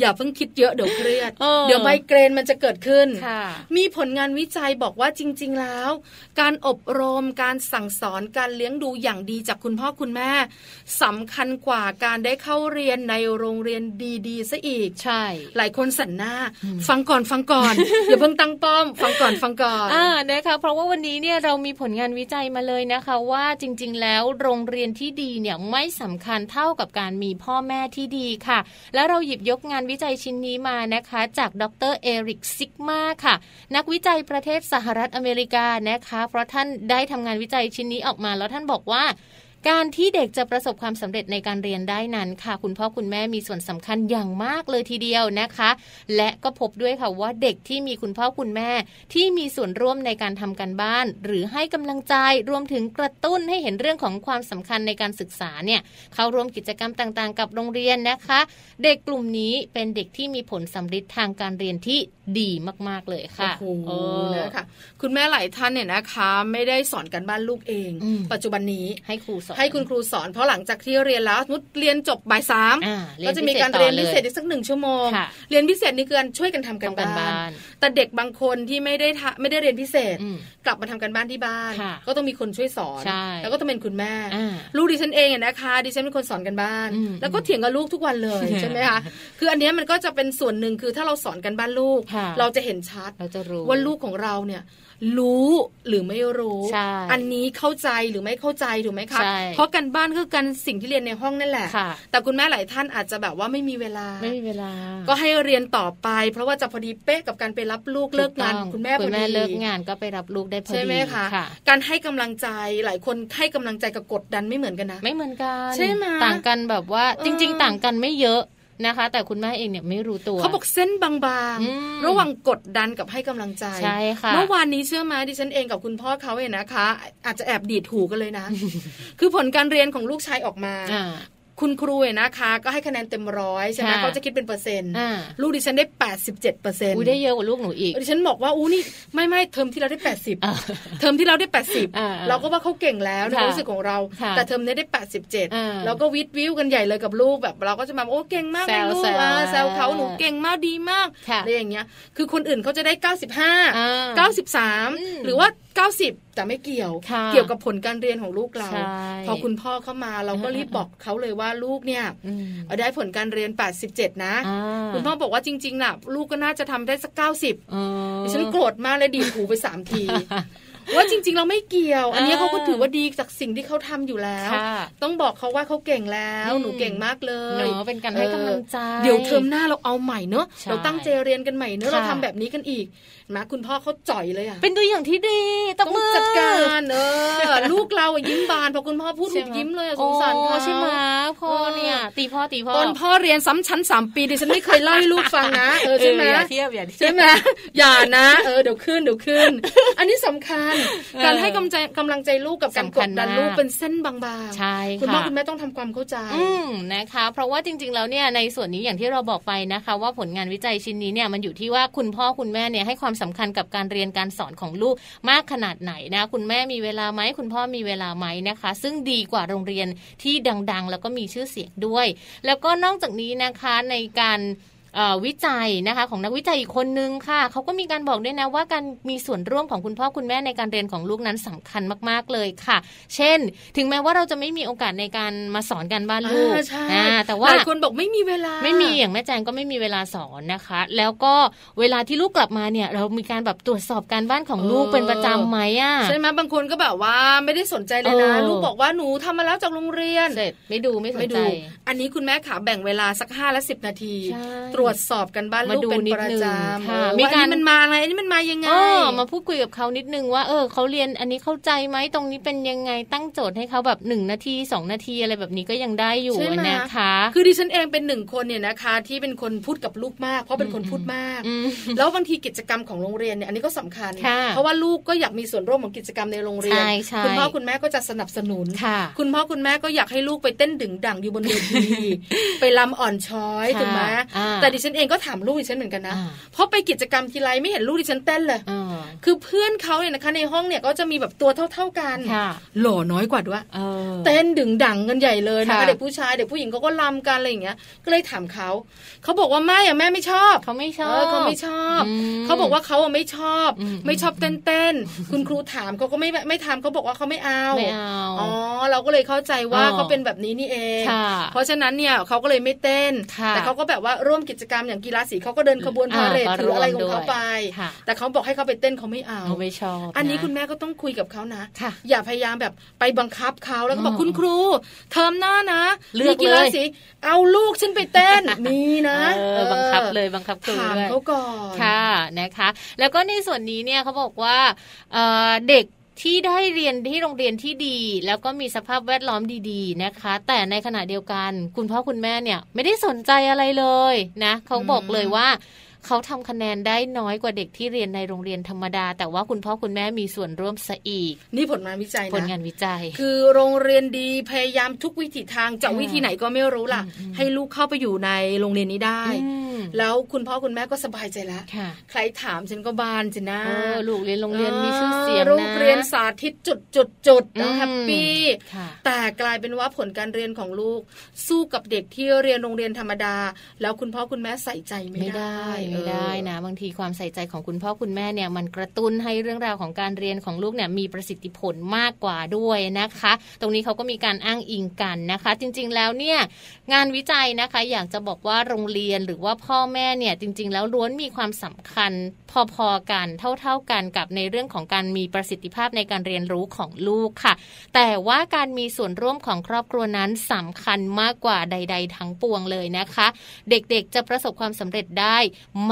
Speaker 3: อย่าเพิ่งคิดเยอะเดี๋ยวเครียด
Speaker 2: เออ
Speaker 3: เดี๋ยวไมเกรนมันจะเกิดขึ้น
Speaker 2: ค่ะ
Speaker 3: มีผลงานวิจัยบอกว่าจริง ๆ แล้ว การอบรมการสั่งสอนการเลี้ยงดูอย่างดีจากคุณพ่อคุณแม่สำคัญกว่าการได้เข้าเรียนในโรงเรียนดีๆซะอีก
Speaker 2: ใช่
Speaker 3: หลายคนสันหน้า ฟังก่อนฟังก่อน อย่าเพิ่งตั้งป้อม ฟังก่อนฟังก่อน
Speaker 2: อ่านะคะเพราะว่าวันนี้เนี่ยเรามีผลงานวิจัยมาเลยนะคะ ว่าจริงๆ แล้วโรงเรียนที่ดีเนี่ยไม่สำคัญเท่ากับการมีพ่อแม่ที่ดีค่ะ แล้วเราหยิบยกงานวิจัยชิ้นนี้มานะคะ จากดรเอริกซิกมาค่ะ นักวิจัยประเทศสหรัฐอเมริกานะคะ เพราะท่านได้ทำงานวิจัยชิ้นนี้ออกมา แล้วท่านบอกว่า การที่เด็กจะประสบความสำเร็จในการเรียนได้นั้นค่ะ คุณพ่อคุณแม่มีส่วนสำคัญอย่างมากเลยทีเดียวนะคะ และก็พบด้วยค่ะว่าเด็กที่มีคุณพ่อคุณแม่ ที่มีส่วนร่วมในการทำการบ้าน หรือให้กำลังใจรวมถึงกระตุ้นให้เห็นเรื่องของความสำคัญในการศึกษาเนี่ยเข้าร่วมกิจกรรมต่างๆ กับโรงเรียนนะคะ เด็กกลุ่มนี้เป็นเด็กที่มีผลสำลิดทางการเรียนที่ดีมากๆเลยค่ะ
Speaker 3: โอ้โห
Speaker 2: เออ
Speaker 3: นะคะคุณแม่หลายท่านเนี่ยนะคะ ไม่ได้สอนการบ้านลูกเอง
Speaker 2: อืม
Speaker 3: ปัจจุบันนี้
Speaker 2: ให้ครูสอน
Speaker 3: ให้คุณครูสอน เพราะหลังจากที่เรียนแล้วสมมติเรียนจบบ่ายสาม
Speaker 2: อ่าเรียน
Speaker 3: ก็จะมีการเรียนพิเศษ
Speaker 2: พิ
Speaker 3: อี
Speaker 2: เศษต่อเลย
Speaker 3: กสักหนึ่งชั่วโมง
Speaker 2: ค่ะ
Speaker 3: เรียนพิเศษนี่คือการช่วยกันทำการ
Speaker 2: ทำการ
Speaker 3: บ้า
Speaker 2: บ้าน น
Speaker 3: แต่เด็กบางคนที่ไม่ได้ทะไม่ได้เรียนพิเศษ
Speaker 2: อืม
Speaker 3: กลับมาทำการบ้านที่บ้าน
Speaker 2: ค่ะ
Speaker 3: ก็ต้องมีคนช่วยสอน
Speaker 2: ใช่
Speaker 3: แล้วก็ต้องเป็นคุณแม่
Speaker 2: อ่า
Speaker 3: ลูกดิฉันเองอะนะคะดิฉันเป็นคนสอนกันบ้าน
Speaker 2: อืม
Speaker 3: แล้วก็เถียงกับลูกทุกวันเลย
Speaker 2: อืม
Speaker 3: ใช่ไหม คะคืออันเนี้ยมันก็จะเป็นส่วนหนึ่งคือถ้าเราสอนกันบ้านลูก
Speaker 2: ค่ะ
Speaker 3: เราจะเห็นชัด
Speaker 2: เราจะรู้
Speaker 3: ว่าลูกของเราเนี่ยรู้หรือไม่รู้
Speaker 2: ใช่
Speaker 3: อันนี้เข้าใจหรือไม่เข้าใจถูกไหมคะ
Speaker 2: ใช่
Speaker 3: เพราะการบ้านคือการสิ่งที่เรียนในห้องนั่นแหละ
Speaker 2: ค่ะ
Speaker 3: แต่คุณแม่หลายท่านอาจจะแบบว่าไม่มีเวลา
Speaker 2: ไม่มีเวลา
Speaker 3: ก็ให้เรียนต่อไป เพราะว่าจะพอดีเป๊ะกับการไปรับลูกเลิกงาน
Speaker 2: ถูต้อง
Speaker 3: คุณแม่พ
Speaker 2: คุณ
Speaker 3: อดี
Speaker 2: แม่เลิกงานก็ไปรับลูกได้พอดี
Speaker 3: ใช่ไหมคะ
Speaker 2: ค่ะ
Speaker 3: การให้กำลังใจหลายคนให้กำลังใจกับกดดันไม่เหมือนกันนะ
Speaker 2: ไม่เหมือนกัน
Speaker 3: ใช่ไหม
Speaker 2: ต่างกันแบบว่า
Speaker 3: เออ
Speaker 2: จริง ๆ ต่างกันไม่เยอะนะคะ แต่คุณแม่เองเนี่ยไม่รู้ตัว
Speaker 3: เขาบอกเส้นบาง
Speaker 2: อืม
Speaker 3: ๆ ระหว่างกดดันกับให้กำลังใจ
Speaker 2: ใช่ค่ะ
Speaker 3: เมื่อวานนี้เชื่อไหมาดิฉันเองกับคุณพ่อเขาเนี่ยนะคะ อาจจะแอบดีดหูกันเลยนะ คือผลการเรียนของลูกชายออกมา
Speaker 2: อ่า
Speaker 3: คุณครูเนี่ยนะคะ ก็ให้คะแนนเต็มร้อยใช่ไหม
Speaker 2: ค่ะ
Speaker 3: เขาจะคิดเป็นเปอร์เซ็นต์
Speaker 2: อ่า
Speaker 3: ลูกดิฉันได้ 87เปอร์เซ็นต์
Speaker 2: อุ้ยได้เยอะกว่าลูกหนูอีก
Speaker 3: ดิฉันบอกว่าอู้นี่ไม่ไม่เทอมที่เราได้
Speaker 2: อ่า
Speaker 3: 80 เทอมที่เราได้
Speaker 2: อ่า
Speaker 3: 80 เราก็ว่าเขาเก่งแล้วใน
Speaker 2: ค่ะ
Speaker 3: ความรู้สึกของเรา
Speaker 2: ค่ะ
Speaker 3: แต่เทอมนี้ได้
Speaker 2: อ่า
Speaker 3: 87 แล้วก็วิทย์วิวกันใหญ่เลยกับลูกแบบ เราก็จะมาโอ้เก่งมากเลยลูก
Speaker 2: แซวๆ
Speaker 3: อ่าแซวเขาหนูเก่งมากดีมาก
Speaker 2: ค่ะ
Speaker 3: อะไรอย่างเงี้ย คือคนอื่นเขาจะได้
Speaker 2: อ่
Speaker 3: 95
Speaker 2: าอืม
Speaker 3: 93 หรือว่า 90 แต่ไม่เกี่ยว
Speaker 2: ค่ะ
Speaker 3: เกี่ยวกับผลการเรียนของลูกเรา
Speaker 2: ใช่
Speaker 3: พอคุณพ่อเข้ามาเราก็รีบบอกเขาเลยว่าลูกเนี่ย
Speaker 2: อืม
Speaker 3: เอาได้ผลการเรียน 87 นะ
Speaker 2: อ่า
Speaker 3: คุณพ่อบอกว่าจริงๆน่ะลูกก็น่าจะทำได้สัก 90
Speaker 2: เออ
Speaker 3: ดิฉันโกรธมากเลยดีดหูไปสามที ว่าจริง ๆ เราไม่เกี่ยว อันนี้
Speaker 2: อ่า
Speaker 3: เขาก็ถือว่าดีจากสิ่งที่เขาทำอยู่แล้ว
Speaker 2: ค่ะ
Speaker 3: ต้องบอกเขาว่าเขาเก่งแล้ว
Speaker 2: อืม
Speaker 3: หนูเก่งมากเลย
Speaker 2: เนอะเป็นการให้กำลังใจ
Speaker 3: เออเดี๋ยวเทอมหน้าเราเอาใหม่เนอะ
Speaker 2: ใช่
Speaker 3: เราตั้งใจเรียนกันใหม่เนอะ
Speaker 2: ค่ะ
Speaker 3: เราทำแบบนี้กันอีกเห็นไหมาคุณพ่อเขาจ่อยเลยอะ
Speaker 2: เป็นตัวอย่างที่ดีตบ
Speaker 3: ต้อง
Speaker 2: มือ
Speaker 3: จัดการเออลูกเราอะยิ้มบานพอคุณพ่อพูด
Speaker 2: ใช่ไห
Speaker 3: ยิ้มเลยอะสงสารเขา
Speaker 2: โอ้ใช่ไหมพ่อเนี่ย ตีพ่อตีพ่อ
Speaker 3: ตอนพ่อเรียนซ้ำชั้นสามปีดิฉันไม่เคยเล่าให้ลูกฟังนะเออใช่ไหม
Speaker 2: เอออย่าเทียบอย่าเทีย
Speaker 3: ใช่
Speaker 2: บ
Speaker 3: ไหม อย่านะ เออเดี๋ยวขึ้นเดี๋ยวขึ้ น อันนี้สำคัญ
Speaker 2: เออ
Speaker 3: การให้กำลังใจกำลังใจลูกกับการ
Speaker 2: สำ
Speaker 3: ก
Speaker 2: คัญ
Speaker 3: ดดัน
Speaker 2: มาก
Speaker 3: ลูกเป็นเส้นบาง
Speaker 2: ใช่
Speaker 3: ๆ
Speaker 2: ค่ะ
Speaker 3: คุณพ่อคุณแม่ต้องทำความเข้าใจ
Speaker 2: อืมนะคะ เพราะว่าจริง ๆ แล้วเนี่ยในส่วนนี้อย่างที่เราบอกไปนะคะ ว่าผลงานวิจัยชิ้นนี้เนี่ยมันอยู่ที่ว่าคุณพ่อคุณแม่เนี่ยให้ความสำคัญกับการเรียนการสอนของลูกมากขนาดไหนนะคุณแม่มีเวลาไหมคุณพ่อมีเวลาไหมนะคะ ซึ่งดีกว่าโรงเรียนที่ดัง ๆ แล้วก็มีชื่อเสียงด้วย แล้วก็นอกจากนี้นะคะในการเอ่อวิจัยนะคะของนักวิจัยอีกคนนึงค่ะเขาก็มีการบอกด้วยนะว่าการมีส่วนร่วมของคุณพ่อคุณแม่ในการเรียนของลูกนั้นสำคัญมากๆเลยค่ะ เช่น ถึงแม้ว่าเราจะไม่มีโอกาสในการมาสอนการบ้านลูก
Speaker 3: อ่าใช่
Speaker 2: อ่าแต่ว่า
Speaker 3: หลายคนบอกไม่มีเวลา
Speaker 2: ไม่มีอย่างแม่แจงก็ไม่มีเวลาสอนนะคะ แล้วก็เวลาที่ลูกกลับมาเนี่ย เรามีการแบบตรวจสอบการบ้านของลูก
Speaker 3: เออ
Speaker 2: เป็นประจำไหมอ่ะ
Speaker 3: ใช่ไหมบางคนก็แบบว่าไม่ได้สนใจเลยนะ
Speaker 2: เออ
Speaker 3: ลูกบอกว่าหนูทำมาแล้วจากโรงเรียน
Speaker 2: เสร็จไม่ดูไม่ส
Speaker 3: ไม่
Speaker 2: นใจ
Speaker 3: ดู อันนี้คุณแม่ขาแบ่งเวลาสัก5และ10 นาที
Speaker 2: ใช่
Speaker 3: ตรวจสอบกันบ้าน
Speaker 2: มา
Speaker 3: ลูก
Speaker 2: ดู
Speaker 3: เป็น
Speaker 2: นิด
Speaker 3: ประ
Speaker 2: นึง
Speaker 3: จำ
Speaker 2: ค่ะ
Speaker 3: เออ
Speaker 2: มี
Speaker 3: ว่าอัน
Speaker 2: การ
Speaker 3: นี้มันมาอะไรอันนี้มันมายังไง
Speaker 2: เออมาพูดคุยกับเขานิดนึงว่าเออเขาเรียนอันนี้เข้าใจไหมตรงนี้เป็นยังไงตั้งโจทย์ให้เขาแบบหนึ่งนาทีสองนาทีอะไรแบบนี้ก็ยังได้อยู่
Speaker 3: ใช่ไหม
Speaker 2: นะคะ
Speaker 3: คือดิฉันเองเป็นหนึ่งคนเนี่ยนะคะ ที่เป็นคนพูดกับลูกมาก เพราะเป็นคนพูดมาก
Speaker 2: อืม
Speaker 3: แล้วบางทีกิจกรรมของโรงเรียนเนี่ยอันนี้ก็สำคัญ
Speaker 2: ค่ะ
Speaker 3: เพราะว่าลูกก็อยากมีส่วนร่วมของกิจกรรมในโรงเรียน
Speaker 2: ใช่ใช่
Speaker 3: คุณพ่อคุณแม่ก็จะสนับสนุน
Speaker 2: ค่ะ
Speaker 3: คุณพ่อคุณแม่ก็อยากให้ลูกไปเต้นดึงดังอยู่บนเวที ไปลำอ่อนช้อย
Speaker 2: ค่ะ
Speaker 3: ถูกไหม
Speaker 2: อ่า
Speaker 3: แต่ดิฉันเองก็ถามลูกดิฉันเหมือนกันนะ
Speaker 2: อ่า
Speaker 3: เพราะไปกิจกรรมทีไรไม่เห็นลูกดิฉันเต้นเลย
Speaker 2: เออ
Speaker 3: คือเพื่อนเขาเนี่ยนะคะในห้องเนี่ยก็จะมีแบบตัวเท่า ๆกัน
Speaker 2: ค่ะ
Speaker 3: หล่อน้อยกว่าด้วย
Speaker 2: เออ
Speaker 3: เต้นดึงดังกันใหญ่เลยนะ
Speaker 2: ค่ะ
Speaker 3: คะเด็กผู้ชายเด็กผู้หญิงเขาก็รำกันอะไรอย่างเงี้ย ก็เลยถามเขาเขาบอกว่าไม่อะแม่ไม่ชอบ
Speaker 2: เขาไม่ช
Speaker 3: เอ
Speaker 2: อบ
Speaker 3: อเขาไม่ชอบ
Speaker 2: อืม
Speaker 3: เขาบอกว่าเขาอะไม่ชอบ
Speaker 2: อืม
Speaker 3: ไม่ชอบเต้นเต้นๆคุณครูถามเขาก็ไม่ไม่ทำเขาบอกว่าเขาไม่เอา
Speaker 2: ไม่เอา
Speaker 3: อ๋อเราก็เลยเข้าใจว่า
Speaker 2: อ๋อ
Speaker 3: เขาเป็นแบบนี้นี่เอง
Speaker 2: ค่ะ
Speaker 3: เพราะฉะนั้นเนี่ยเขาก็เลยไม่เต้น
Speaker 2: ค่ะ
Speaker 3: แต่เขาก็แบบว่าร่วมกิจกรรมอย่างกีฬาสีเขาก็เดินขบวนพา
Speaker 2: อ่า
Speaker 3: เหรด
Speaker 2: ก็
Speaker 3: หรืออะไร
Speaker 2: ร่
Speaker 3: ข
Speaker 2: วม
Speaker 3: องเขา
Speaker 2: ด้วย
Speaker 3: ไป
Speaker 2: ค่ะ
Speaker 3: แต่เขาบอกให้เขาไปเต้นเขาไม่เอา
Speaker 2: เขาไม่ชอบ
Speaker 3: อันนี้
Speaker 2: ะ
Speaker 3: คุณแม่ก็ต้องคุยกับเขานะ
Speaker 2: ค่ะ
Speaker 3: อย่าพยายามแบบไปบังคับเขาแล้วก็บอก
Speaker 2: อ๋อ
Speaker 3: คุณครู เทอมหน้านะ
Speaker 2: เลือก
Speaker 3: มีฬา
Speaker 2: เลย
Speaker 3: สีเอาลูกฉันไปเต้น มีนะ
Speaker 2: เออบังคับเลยบังคับครู
Speaker 3: ถาม
Speaker 2: ด้วย
Speaker 3: เขาก่อน
Speaker 2: ค่ะนะคะ แล้วก็ในส่วนนี้เนี่ยเขาบอกว่าเอ่อเด็กที่ได้เรียนที่โรงเรียนที่ดี แล้วก็มีสภาพแวดล้อมดีๆนะคะ แต่ในขณะเดียวกัน คุณพ่อคุณแม่เนี่ยไม่ได้สนใจอะไรเลยนะเขาบอกเลยว่าเขาทำคะแนนได้น้อยกว่าเด็กที่เรียนในโรงเรียนธรรมดา แต่ว่าคุณพ่อคุณแม่มีส่วนร่วมซะอีก
Speaker 3: นี่ผลงานวิจัย
Speaker 2: ผลงา
Speaker 3: นะ
Speaker 2: นวิจัย
Speaker 3: คือโรงเรียนดีพยายามทุกวิถีทางจะ
Speaker 2: อ่า
Speaker 3: วิธีไหนก็ไม่รู้ล่ะ
Speaker 2: อืม
Speaker 3: ให้ลูกเข้าไปอยู่ในโรงเรียนนี้ได้
Speaker 2: อืม
Speaker 3: แล้วคุณพ่อคุณแม่ก็สบายใจละ
Speaker 2: ค่ะ
Speaker 3: ใครถามฉันก็บานสินะ
Speaker 2: เออลูกเรียนโรงเรียนมีชื่อเสียงนะ
Speaker 3: โรงเรียนสาธิตจุดจุดจุดๆๆ
Speaker 2: อื
Speaker 3: นะ
Speaker 2: ม
Speaker 3: แฮปปี้
Speaker 2: ค่ะ
Speaker 3: แต่กลายเป็นว่าผลการเรียนของลูก สู้กับเด็กที่เรียนโรงเรียนธรรมดา แล้วคุณพ่อคุณแม่ใส่ใจไม่
Speaker 2: ไม่ได้ไม่ได้
Speaker 3: เออ
Speaker 2: นะ บางทีความใส่ใจของคุณพ่อคุณแม่เนี่ยมันกระตุ้นให้เรื่องราวของการเรียนของลูกเนี่ยมีประสิทธิผลมากกว่าด้วยนะคะ ตรงนี้เขาก็มีการอ้างอิงกันนะคะ จริง ๆ แล้วเนี่ยงานวิจัยนะคะ อยากจะบอกว่าโรงเรียนหรือว่าพ่อแม่เนี่ยจริง ๆ แล้วล้วนมีความสำคัญ พอๆกันเท่าๆกันกับในเรื่องของการมีประสิทธิภาพในการเรียนรู้ของลูกค่ะ แต่ว่าการมีส่วนร่วมของครอบครัวนั้นสำคัญมากกว่าใด ๆ ทั้งปวงเลยนะคะ เด็กๆจะประสบความสำเร็จได้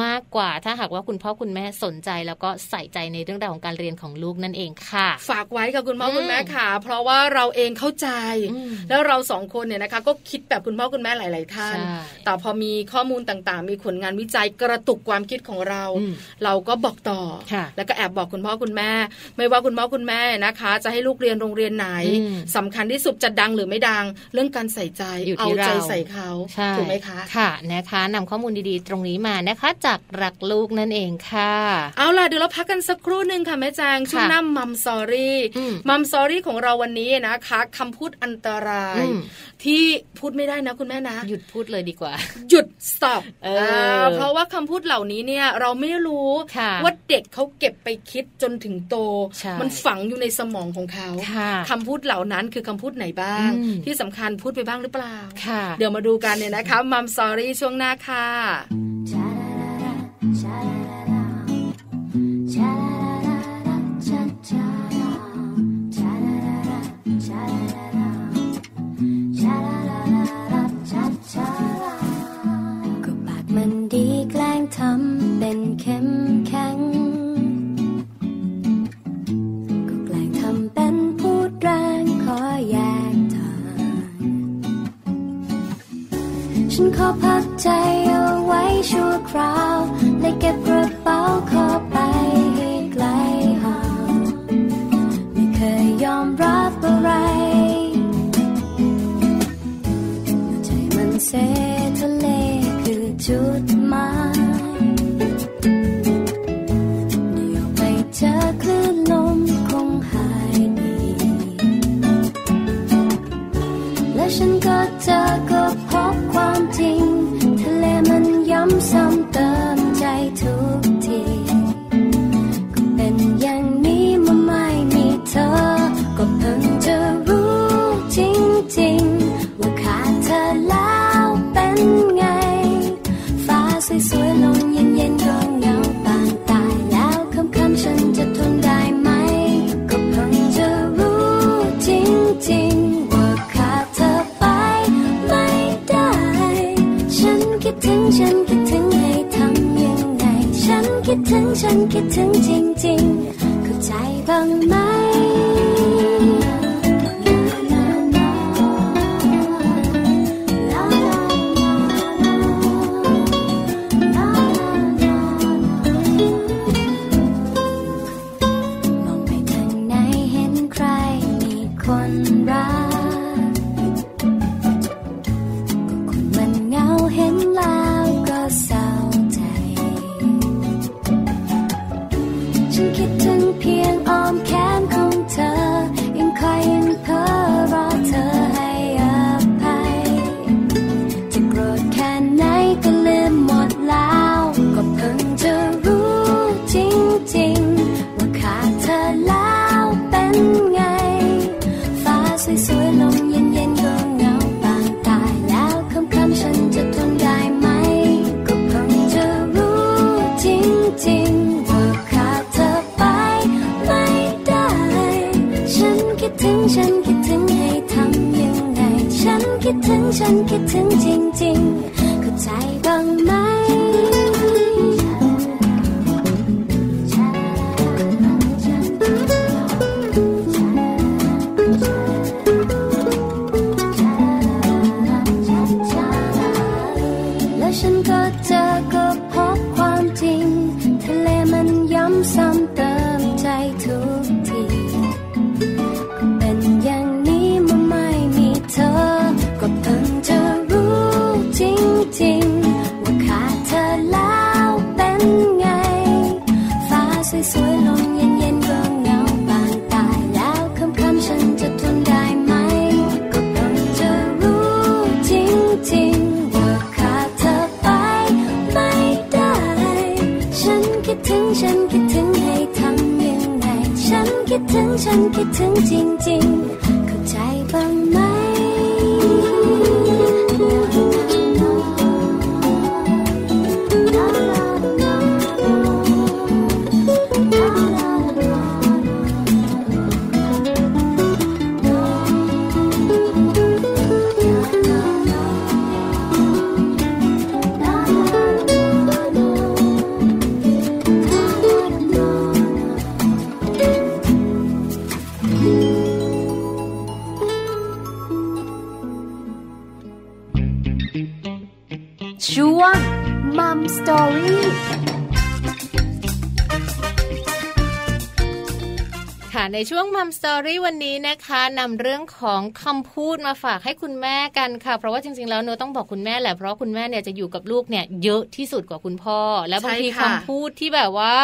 Speaker 2: มากกว่าถ้าหากว่าคุณพ่อคุณแม่สนใจ แล้วก็ใส่ใจในเรื่องราวของการเรียนของลูกนั่นเองค่ะ
Speaker 3: ฝากไว้กับคุณพ่ออ
Speaker 2: ม
Speaker 3: คุณแม่ค่ะ เพราะว่าเราเองเข้าใจ
Speaker 2: อืม
Speaker 3: แล้วเราสองคนเนี่ยนะคะ ก็คิดแบบคุณพ่อคุณแม่หลาย ๆ ท่าน
Speaker 2: ใช่
Speaker 3: แต่พอมีข้อมูลต่างๆ มีผลงานวิจัยกระตุกความคิดของเรา
Speaker 2: อืม
Speaker 3: เราก็บอกต่อ
Speaker 2: ค่ะ
Speaker 3: แล้วก็แอบบอกคุณพ่อคุณแม่ ไม่ว่าคุณพ่อคุณแม่นะคะ จะให้ลูกเรียนโรงเรียนไหน
Speaker 2: อืม
Speaker 3: สำคัญที่สุดจะดังหรือไม่ดัง เรื่องการใส่ใจ
Speaker 2: อยู่ที่
Speaker 3: เอาใจ
Speaker 2: เรา
Speaker 3: ใส่เขา
Speaker 2: ใช่
Speaker 3: ถูกไหมคะ
Speaker 2: ค่ะนะคะนำข้อมูลดีๆ ตรงนี้มานะคะ จากรักลูกนั่นเองค่ะ
Speaker 3: เอาล่ะเดี๋ยวเราพักกันสักครู่หนึ่งค่ะแม่แจงช่วงหน้ามัมสอรี่
Speaker 2: อืม
Speaker 3: มัมสอรี่ของเราวันนี้นะคะคำพูดอันตราย
Speaker 2: อืม
Speaker 3: ที่พูดไม่ได้นะคุณแม่นะ
Speaker 2: หยุดพูดเลยดีกว่า
Speaker 3: หยุดสอบ
Speaker 2: เอออ่
Speaker 3: าเพราะว่าคำพูดเหล่านี้เนี่ยเราไม่รู้
Speaker 2: ค่ะ
Speaker 3: ว่าเด็กเขาเก็บไปคิดจนถึงโต
Speaker 2: ใช่
Speaker 3: มันฝังอยู่ในสมองของเขา
Speaker 2: ค่ะ
Speaker 3: คำพูดเหล่านั้นคือคำพูดไหนบ้าง
Speaker 2: อืม
Speaker 3: ที่สำคัญพูดไปบ้างหรือเปล่า
Speaker 2: ค่ะ
Speaker 3: เดี๋ยวมาดูกันเนี่ยนะคะมัมสอรี่ช่วงหน้าค่ะ
Speaker 6: ก็ปากมันดีแกล้งทำเป็นเข้มแข็ง ก็แกล้งทำเป็นพูดแรงขอแยกทาง ฉันขอพักใจเอาไว้ชั่วคราวและเก็บกระเป๋าขอไปให้ไกลห่างไม่เคยยอมรับอะไร ใจมันเสทะเลคือจุดหมายเดี๋ยวไปเจอคลื่นลมคงหายดี และฉันก็เจอก็พบความจริง ทะเลมันย้ำซ้ำเติมใจทุกที ก็เป็นอย่างนี้มาไม่มีเธอ ก็เพิ่งจะรู้จริงๆ ว่าขาดเธอแล้วเป็นไง ฟ้าสวยๆลมเย็นๆก็เหงาปานตายแล้วคำๆฉันจะทนได้ไหม ก็เพิ่งจะรู้จริงๆ ว่าขาดเธอไปไม่ได้ ฉันคิดถึงฉันคิดถึงให้ทำยังไง ฉันคิดถึงฉันคิดถึงจริงๆ เข้าใจบ้างไหม มองไปทางไหนเห็นใครมีคนรัก ก็คนมันเหงาเห็นแล้วก็เศร้าใจ ฉันคิดถึงเพียงอ้อมแขนของเธอ ยังคอยยังเพ้อรอเธอให้อภัย จะโกรธแค่ไหนก็ลืมหมดแล้ว ก็เพิ่งจะรู้จริงๆ ว่าขาดเธอแล้วเป็นไง ฟ้าสวยๆลมเย็นๆก็เหงาบางตายแล้วคำๆฉันจะทนได้ไหม ก็เพิ่งจะรู้จริงๆ ว่าขาดเธอไปไม่ได้ ฉันคิดถึงฉันคิดถึงให้ทำยังไง ฉันคิดถึงฉันคิดถึงจริงๆ เข้าใจบ้างไหม แล้วฉันก็เจอก็พบความจริง ทะเลมันย้ำซ้ำเติมใจทุกที ก็เป็นอย่างนี้มาไม่มีเธอ ก็เพิ่งจะรู้จริงๆ ว่าขาดเธอแล้วเป็นไง ฟ้าสวยๆลมเย็นๆก็เหงาบางตายแล้วคำๆฉันจะทนได้ไหม ก็เพิ่งจะรู้จริงๆ ว่าขาดเธอไปไม่ได้ ฉันคิดถึงฉันคิดถึงให้ทำยังไง ฉันคิดถึงฉันคิดถึงจริงๆ เข้าใจบ้างไหม La la la la ช่วงมัมสตอรี่
Speaker 2: ค่ะในช่วงมัมสตอรี่วันนี้นะคะนำเรื่องของคำพูดมาฝากให้คุณแม่กันค่ะ เพราะว่าจริงๆแล้วเนอะต้องบอกคุณแม่แหละเพราะคุณแม่เนี่ยจะอยู่กับลูกเนี่ยเยอะที่สุดกว่าคุณพ่อ และบางที
Speaker 3: ใช่
Speaker 2: คำ
Speaker 3: ค่ะ
Speaker 2: พูดที่แบบว่า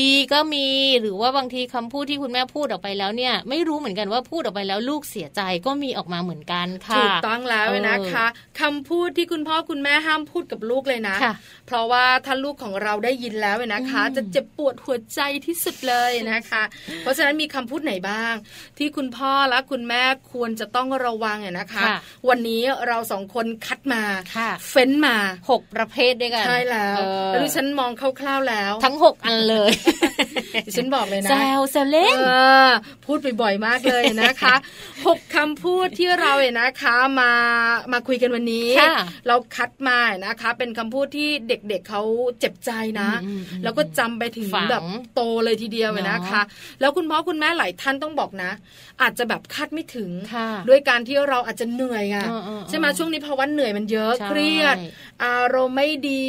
Speaker 2: ดีก็มีหรือว่าบางทีคำพูดที่คุณแม่พูดออกไปแล้วเนี่ย ไม่รู้เหมือนกันว่าพูดออกไปแล้วลูกเสียใจก็มีออกมาเหมือนกันค่ะ
Speaker 3: ถูกต้องแล้วนะคะคำพูดที่คุณพ่อคุณแม่ห้ามพูดกับลูกเลยนะ
Speaker 2: ค่ะ
Speaker 3: เพราะว่าถ้าลูกของเราได้ยินแล้วเนี่ยนะคะ จะเจ็บปวดหัวใจที่สุดเลยนะคะ เพราะฉะนั้นมีคำพูดไหนบ้าง ที่คุณพ่อและคุณแม่ควรจะต้องระวังเนี่ยนะคะ
Speaker 2: ค่ะ
Speaker 3: วันนี้เราสองคนคัดมา
Speaker 2: ค่ะ
Speaker 3: เฟ้นมา
Speaker 2: หกประเภทด้วยกัน
Speaker 3: ใช่แล้ว
Speaker 2: เออ
Speaker 3: แล้วดิฉันมองคร่าวๆแล้ว
Speaker 2: ทั้งหกอันเลย
Speaker 3: ดิฉันบอกเลยนะ
Speaker 2: แซวแซวเล่น
Speaker 3: เออพูดบ่อยๆมากเลยนะคะ หกคำพูดที่เราเนี่ยนะคะมามาคุยกันวันนี้
Speaker 2: ค่ะ
Speaker 3: เราคัดมานะคะ เป็นคำพูดที่เด็กๆเขาเจ็บใจนะ
Speaker 2: อืมอืม
Speaker 3: แล้วก็จำไปถึง
Speaker 2: ฝัง
Speaker 3: แบบโตเลยทีเดียวเลย
Speaker 2: เนาะ
Speaker 3: นะคะ แล้วคุณพ่อคุณแม่หลายท่านต้องบอกนะ อาจจะแบบคาดไม่ถึง
Speaker 2: ค่ะ
Speaker 3: ด้วยการที่เราอาจจะเหนื่อยอะ
Speaker 2: เออเออเออ
Speaker 3: ใช่ไหมช่วงนี้ภาวะเหนื่อยมันเยอะ
Speaker 2: ใช่
Speaker 3: เครียด อารมณ์ไม่ดี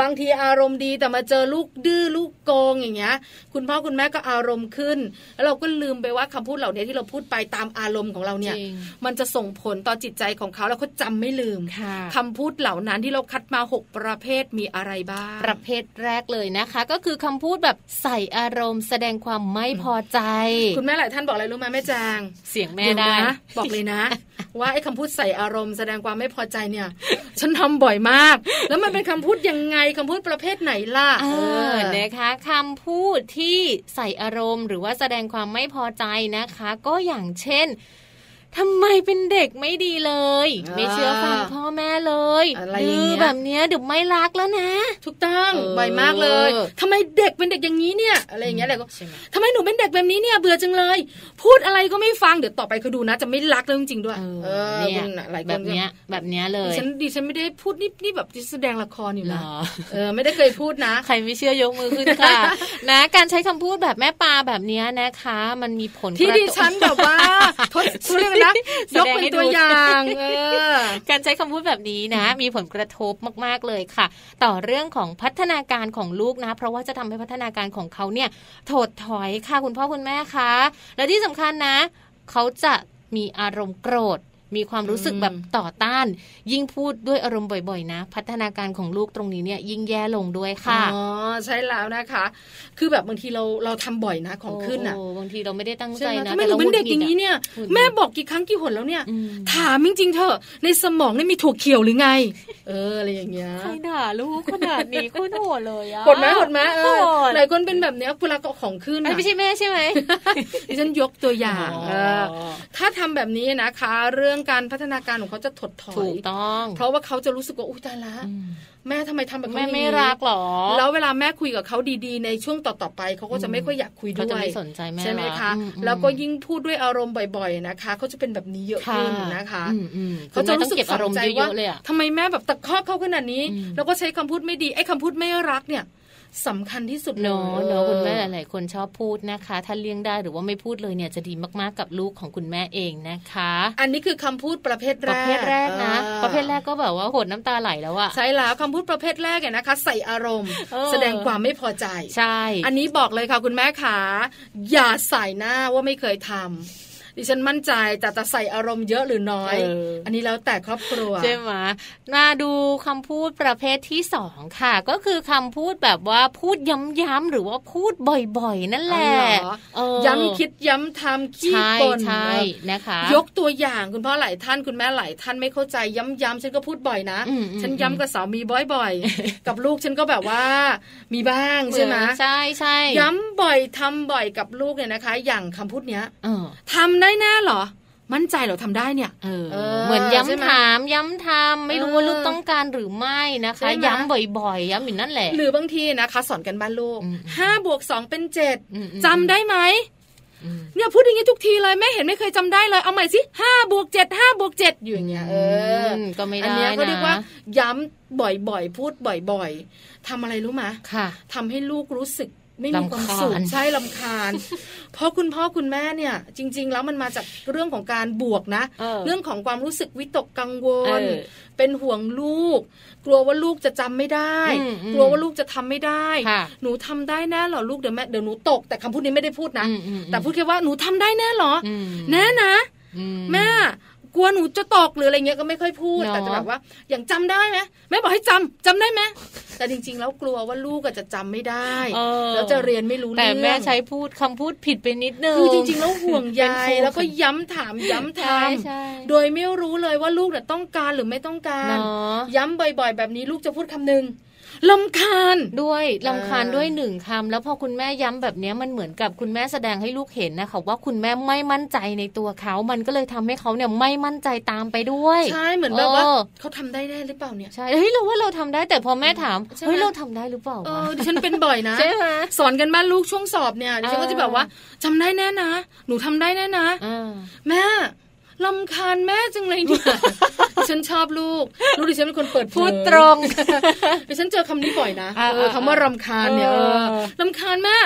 Speaker 3: บางทีอารมณ์ดีแต่มาเจอลูกดื้อลูกโกงอย่างเงี้ย คุณพ่อคุณแม่ก็อารมณ์ขึ้น แล้วเราก็ลืมไปว่าคำพูดเหล่านี้ที่เราพูดไปตามอารมณ์ของเราเนี่ย
Speaker 2: จริง
Speaker 3: มันจะส่งผลต่อจิตใจของเขาแล้วเขาจำไม่ลืม
Speaker 2: ค่ะ
Speaker 3: คำพูดเหล่านั้นที่เราคัดมาหกประเภทมีอะไรบ้าง
Speaker 2: ประเภทแรกเลยนะคะ ก็คือคำพูดแบบใส่อารมณ์ แสดงความไม่พอใจ
Speaker 3: คุณแม่หลายท่านบอกอะไรรู้ไหมแม่แจาง
Speaker 2: เสียงแม่
Speaker 3: เยว
Speaker 2: ได้
Speaker 3: นะบอกเลยนะ ว่าไอ้คำพูดใส่อารมณ์แสดงความไม่พอใจเนี่ย ฉันทำบ่อยมาก แล้วมันเป็นคำพูดยังไงคำพูดประเภทไหนล่ะ
Speaker 2: เออ
Speaker 3: เออ
Speaker 2: นะคะคำพูดที่ใส่อารมณ์ หรือว่าแสดงความไม่พอใจนะคะ ก็อย่างเช่นทำไมเป็นเด็กไม่ดีเลย
Speaker 3: อ่า
Speaker 2: ไม่เชื่อฟังพ่อแม่เลย
Speaker 3: อะไรอ
Speaker 2: ดื้
Speaker 3: ย่าง
Speaker 2: อแบบเนี้
Speaker 3: เงี้ย
Speaker 2: ยเดี๋ยวไม่รักแล้วนะ
Speaker 3: ถูกต้อง
Speaker 2: เออ
Speaker 3: บ่อยมากเลยทำไมเด็กเป็นเด็กอย่างนี้เนี่ย อะไรอย่างเงี้ยอะไรก็
Speaker 2: ใช่ไหม
Speaker 3: ทำไมหนูเป็นเด็กแบบนี้เนี่ยเบื่อจังเลย พูดอะไรก็ไม่ฟังเดี๋ยวต่อไปเขาดูนะ จะไม่รักแล้วจริงๆด้วย
Speaker 2: เออเนี่ย
Speaker 3: คุณอะไร
Speaker 2: แบบเนี้ยแบบเนี้ยเล
Speaker 3: ดิ
Speaker 2: ย
Speaker 3: ฉันดิฉันไม่ได้พูดนี่นี่แบบที่แสดงละครอยู่
Speaker 2: เหร
Speaker 3: นะ
Speaker 2: อ
Speaker 3: เออไม่ได้เคยพูดนะ
Speaker 2: ใครไม่เชื่อยกมือขึ้นค่ะ นะการใช้คำพูดแบบแม่ปลาแบบเนี้ยนะคะ มันมีผล
Speaker 3: ที่
Speaker 2: กระ
Speaker 3: ดิ
Speaker 2: ทบ
Speaker 3: ฉันแบบว่าทดเขาเรียกอะไรนะ
Speaker 2: แส
Speaker 3: ยก
Speaker 2: ดง
Speaker 3: เป็น
Speaker 2: ให้
Speaker 3: ตัว
Speaker 2: ดู
Speaker 3: อย่างเออ
Speaker 2: การใช้คำพูดแบบนี้นะ มีผลกระทบมากๆเลยค่ะ ต่อเรื่องของพัฒนาการของลูกนะ เพราะว่าจะทำให้พัฒนาการของเขาเนี่ยถดถอยค่ะคุณพ่อคุณแม่คะและที่สำคัญนะ เขาจะมีอารมณ์โกรธ มีความรู้สึก
Speaker 3: อืม
Speaker 2: แบบต่อต้าน ยิ่งพูดด้วยอารมณ์บ่อยๆ นะ พัฒนาการของลูกตรงนี้เนี่ยยิ่งแย่ลงด้วยค่ะ
Speaker 3: อ๋อใช่แล้วนะคะ คือแบบบางทีเราเราทำบ่อยนะของขึ้นอ่ะ
Speaker 2: โบางทีเราไม่ได้ตั้ง
Speaker 3: ใช่
Speaker 2: ใจ
Speaker 3: ไหม
Speaker 2: นะ
Speaker 3: ทำไมหนู
Speaker 2: แต่รา
Speaker 3: เป็นเด็กอง
Speaker 2: หุดห
Speaker 3: ย่าง
Speaker 2: งิดะ
Speaker 3: นี้เนี่ย
Speaker 2: หงุดหงิด
Speaker 3: แม่บอกกี่ครั้งกี่หนแล้วเนี่ย
Speaker 2: อืม
Speaker 3: ถามจริงๆเถอะในสมองเนี่ยมีถั่วเขียวหรือไง เอออะไรอย่างเงี้ย
Speaker 2: ใครด่าลูกขนาดนี้โคตรโหดเลยอะ
Speaker 3: กดไหมกดไหมเออ
Speaker 2: โหด
Speaker 3: หลายคนเป็นแบบเนี้ยเวลาก็ของขึ้น
Speaker 2: อันนี้
Speaker 3: อะ
Speaker 2: ไม่ใช่แม่ใช่ไหม
Speaker 3: ดิฉันยกตัวอย่างเออ
Speaker 2: อ๋อ
Speaker 3: ถ้าทำแบบนี้นะคะ เรื่องการพัฒนาการของเขาจะถดถอ
Speaker 2: ถู
Speaker 3: ย
Speaker 2: กต้อง
Speaker 3: เพราะว่าเขาจะรู้สึกว่าอุ้ยตายละแม่ทำไมทำแบบเขา
Speaker 2: แม่
Speaker 3: อย่าง
Speaker 2: ไม่
Speaker 3: นี้
Speaker 2: รักหรอ
Speaker 3: แล้วเวลาแม่คุยกับเขาดีๆ ในช่วงต่อๆไปเขาก็จะไม่ค่อยอยากคุยด้วย
Speaker 2: เขาจะไม่สนใจแม่
Speaker 3: ใช่ไหม
Speaker 2: ละ
Speaker 3: คะ
Speaker 2: อืมอืม
Speaker 3: แล้วก็ยิ่งพูดด้วยอารมณ์บ่อย ๆ นะคะเขาจะเป็นแบบนี้เยอะ
Speaker 2: ค่ะ
Speaker 3: ขึ้นนะคะ
Speaker 2: อืมอืม
Speaker 3: เขาจะ
Speaker 2: คุณแม่ต้อง
Speaker 3: รู้สึก
Speaker 2: เก็บอารมณ์
Speaker 3: ฝังใจ
Speaker 2: เยอะๆเลยอะ
Speaker 3: ทำไมแม่แบบตะคอกเขาขนาดนี้
Speaker 2: อืม
Speaker 3: แล้วก็ใช้คำพูดไม่ดีไอ้คำพูดไม่รักเนี่ยสำคัญที่สุดเลย
Speaker 2: เนาะเนาะคุณแม่หลายๆคนชอบพูดนะคะ ถ้าเลี่ยงได้หรือว่าไม่พูดเลยเนี่ยจะดีมากๆกับลูกของคุณแม่เองนะคะ
Speaker 3: อันนี้คือคำพูดประเภท
Speaker 2: ป
Speaker 3: แร
Speaker 2: ระ
Speaker 3: ก
Speaker 2: เภทแรกนะ
Speaker 3: อ่า
Speaker 2: ประเภทแรกก็แบบว่าโหดน้ำตาไหลแล้วอะ
Speaker 3: ใช่แล้วคำพูดประเภทแรกเนี่ยนะคะ ใส่อารมณ์
Speaker 2: เออ
Speaker 3: แสดงความไม่พอใจ
Speaker 2: ใช่
Speaker 3: อันนี้บอกเลยค่ะคุณแม่ขาอย่าใส่หน้าว่าไม่เคยทำดิฉันมั่นใจแต่จะใส่อารมณ์เยอะหรือน้อย
Speaker 2: เอออั
Speaker 3: นนี้แล้วแต่ครอบครัว
Speaker 2: ใช่ไหมมาดูคำพูดประเภทที่สองค่ะ ก็คือคำพูดแบบว่าพูดย้ำๆหรือว่าพูดบ่อยๆ นั่นแหละ
Speaker 3: อ๋อเหรอ
Speaker 2: เออ
Speaker 3: ย้ำคิดย้ำทำขี้
Speaker 2: ใช่
Speaker 3: บ่น
Speaker 2: ใช่
Speaker 3: เนอะ
Speaker 2: นะคะ
Speaker 3: ยกตัวอย่างคุณพ่อหลายท่านคุณแม่หลายท่านไม่เข้าใจย้ำย้ำฉันก็พูดบ่อยนะ
Speaker 2: อืมอืม
Speaker 3: ฉันย้ำกับสามีบ่อย ๆ กับลูกฉันก็แบบว่ามีบ้างใช่ไหม
Speaker 2: ใช่ใช่
Speaker 3: ย้ำบ่อยทำบ่อยกับลูกเนี่ยนะคะ อย่างคำพูดเนี้ย
Speaker 2: เออ
Speaker 3: ทำได้แน่เหรอ มั่นใจเหรอทำได้เนี่ย
Speaker 2: เออ
Speaker 3: เออ
Speaker 2: เหมือน
Speaker 3: ใช่ไหม
Speaker 2: ย้ำถามย้ำทำไม่รู้ว่า
Speaker 3: เออ
Speaker 2: ลูกต้องการหรือไม่นะคะ
Speaker 3: ใช่ไหม
Speaker 2: ย้ำบ่อยๆ ย้ำอยู่นั่นแหละ
Speaker 3: หรือบางทีนะคะสอนกันบ้านลูก
Speaker 2: อืม
Speaker 3: ห้าบวกสองเป็นเจ็ด
Speaker 2: อืม
Speaker 3: จำได้ไหม
Speaker 2: ม
Speaker 3: เนี่ยพูดอย่างนี้ทุกทีเลยแม่เห็นไม่เคยจำได้เลยเอาใหม่สิห้าบวกเจ็ดห้าบวกเจ็ดอยู่อย่างเงี้ยเออ
Speaker 2: มก็ไม่
Speaker 3: อั
Speaker 2: ได้
Speaker 3: เนี้ยก็เรียกว่า
Speaker 2: นะ
Speaker 3: ย้ำบ่อยๆ พูดบ่อยๆทำอะไรรู้ไหมย
Speaker 2: ค่ะ
Speaker 3: ทำให้ลูกรู้สึก ไม่มีความสุข
Speaker 2: รำคาญ
Speaker 3: ใช่ลำคาญ เพราะคุณพ่อคุณแม่เนี่ย จริง ๆ แล้วมันมาจากเรื่องของการบวกนะ
Speaker 2: เออ
Speaker 3: เรื่องของความรู้สึกวิตกกังวล
Speaker 2: เออ
Speaker 3: เป็นห่วงลูก กลัวว่าลูกจะจำไม่ได้
Speaker 2: อืมอืม
Speaker 3: กลัวว่าลูกจะทำไม่ได้
Speaker 2: ค่ะ
Speaker 3: หนูทำได้แน่เหรอลูกเดี๋ยวแม่เดี๋ยวหนูตกแต่คำพูดนี้ไม่ได้พูดนะ
Speaker 2: อืมอืม
Speaker 3: แต่พูดแค่ว่าหนูทำได้แน่เหรอ
Speaker 2: อืม
Speaker 3: แน่นะ
Speaker 2: อื
Speaker 3: แม่กลัวหนูจะตกหรืออะไรเงี้ยก็ไม่ค่อยพูด
Speaker 2: เนอะ
Speaker 3: แต่จะแบบว่าอย่างจำได้ไหมแม่บอกให้จำจำได้ไหมแต่จริง ๆ แล้วกลัวว่าลูกก็จะจำไม่ได้
Speaker 2: เออ
Speaker 3: แล้วจะเรียนไม่รู้
Speaker 2: แต่
Speaker 3: เรื่อง
Speaker 2: แม่ใช้พูดคำพูดผิดไปนิดนึง
Speaker 3: คือจริง ๆ แล้วห่วงใย
Speaker 2: เป็นห่วง
Speaker 3: แล้วก็ย้ำถามย้ำ
Speaker 2: ใช่
Speaker 3: ทำ
Speaker 2: ใช่
Speaker 3: โดยไม่รู้เลยว่าลูกเนี่ยต้องการหรือไม่ต้องการ
Speaker 2: เนาะ
Speaker 3: ย้ำบ่อย ๆ แบบนี้ลูกจะพูดคำหนึ่งลำคาญ
Speaker 2: ด้วย
Speaker 3: อ่า
Speaker 2: ลำคาญด้วยหนึ่งคำแล้วพอคุณแม่ย้ำแบบเนี้ยมันเหมือนกับคุณแม่แสดงให้ลูกเห็นนะคะว่าคุณแม่ไม่มั่นใจในตัวเขา มันก็เลยทำให้เขาเนี่ยไม่มั่นใจตามไปด้วย
Speaker 3: ใช่เหมือนแบบว่า
Speaker 2: เออ
Speaker 3: เขาทำได้แน่หรือเปล่าเนี่ย
Speaker 2: ใช่เฮ้ยเราว่าเราทำได้แต่พอแม่ถาม
Speaker 3: ใช่ไหม
Speaker 2: เฮ้ยเราทำได้หรือเปล่า
Speaker 3: เอ
Speaker 2: วะ
Speaker 3: อดิฉันเป็นบ่อยนะ
Speaker 2: ใช่ไหม
Speaker 3: สอนกันบ้านลูกช่วงสอบเนี่ยดิฉัน
Speaker 2: เออ
Speaker 3: ก็จะแบบว่าจำได้แน่นะ หนูทำได้แน่นะ
Speaker 2: อ่า
Speaker 3: แม่ลำคาญแม่จังเลย เนี่ย ดิฉันชอบลูกลูกดิฉันเป็นคนเปิดเผย
Speaker 2: พูดตรง
Speaker 3: ดิฉันเจอคำนี้บ่อยนะ
Speaker 2: อ่า
Speaker 3: เออคำว่ารำคาญเนี่ย
Speaker 2: เออ
Speaker 3: เออรำคาญแม่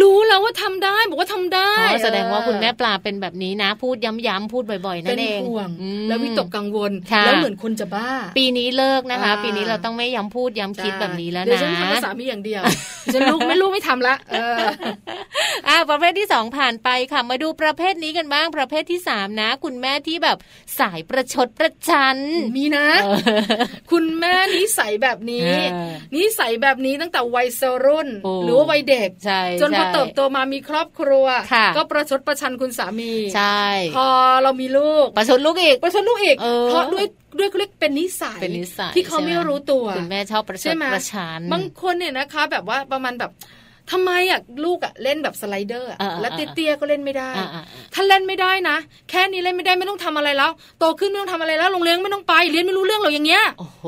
Speaker 3: รู้แล้วว่าทำได้บอกว่าทำได้
Speaker 2: อ๋อแสดงว่า
Speaker 3: เออ
Speaker 2: คุณแม่ปลาเป็นแบบนี้นะ พูดย้ำๆพูดบ่อยๆนั่
Speaker 3: เป็น น
Speaker 2: เอง
Speaker 3: ห่วง
Speaker 2: อืม
Speaker 3: แล้ววิตกกังวล
Speaker 2: ค่ะ
Speaker 3: แล้วเหมือนคนจะบ้า
Speaker 2: ปีนี้เลิกนะคะ
Speaker 3: อ่า
Speaker 2: ปีนี้เราต้องไม่ย้ำพูดย้ำคิดแบบนี้แล้วนะ
Speaker 3: เดี๋ยวฉันทำภาษามีอย่างเดียวดิฉันลูกไม่ลูกไม่ทำละเอ อ
Speaker 2: อ่าประเภทที่สองผ่านไปค่ะ มาดูประเภทนี้กันบ้างประเภทที่สามนะ คุณแม่ที่แบบสายประชดประชัน
Speaker 3: มีนะ คุณแม่นิสัยแบบนี้
Speaker 2: เออ
Speaker 3: นิสัยแบบนี้ตั้งแต่วัยสรุ่น
Speaker 2: โอ้
Speaker 3: หรือว่าวัยเด็ก
Speaker 2: ใช่
Speaker 3: จนพอเติบโต
Speaker 2: ใช่
Speaker 3: มามีครอบครัว
Speaker 2: ค่ะ
Speaker 3: ก็ประชดประชันคุณสามี
Speaker 2: ใช่
Speaker 3: พอเรามีลูก
Speaker 2: ประชดลูกอีก
Speaker 3: ประชดลูกอีก
Speaker 2: เออ
Speaker 3: เพราะด้วยด้วยเขาเรียกเป็นนิสัย
Speaker 2: เป็นนิสัย
Speaker 3: ที่เขา
Speaker 2: ใช่ห
Speaker 3: ไม่รู้ตัว
Speaker 2: คุณแม่ชอบประช
Speaker 3: ใช่
Speaker 2: ด
Speaker 3: ไหม
Speaker 2: ประชัน
Speaker 3: บางคนเนี่ยนะคะ แบบว่าประมาณแบบทำไมอ่ะลูกอ่ะเล่นแบบสไลเดอร์อะ
Speaker 2: อ่าอ่า
Speaker 3: แล้วเตี้ยๆก็เล่นไม่ได้
Speaker 2: อ่าอ่า
Speaker 3: ถ้าเล่นไม่ได้นะ แค่นี้เล่นไม่ได้ไม่ต้องทำอะไรแล้ว โตขึ้นไม่ต้องทำอะไรแล้วโรงเรียนไม่ต้องไปเรียนไม่รู้เรื่องหรอกอย่างเงี้ย
Speaker 2: โอ้โห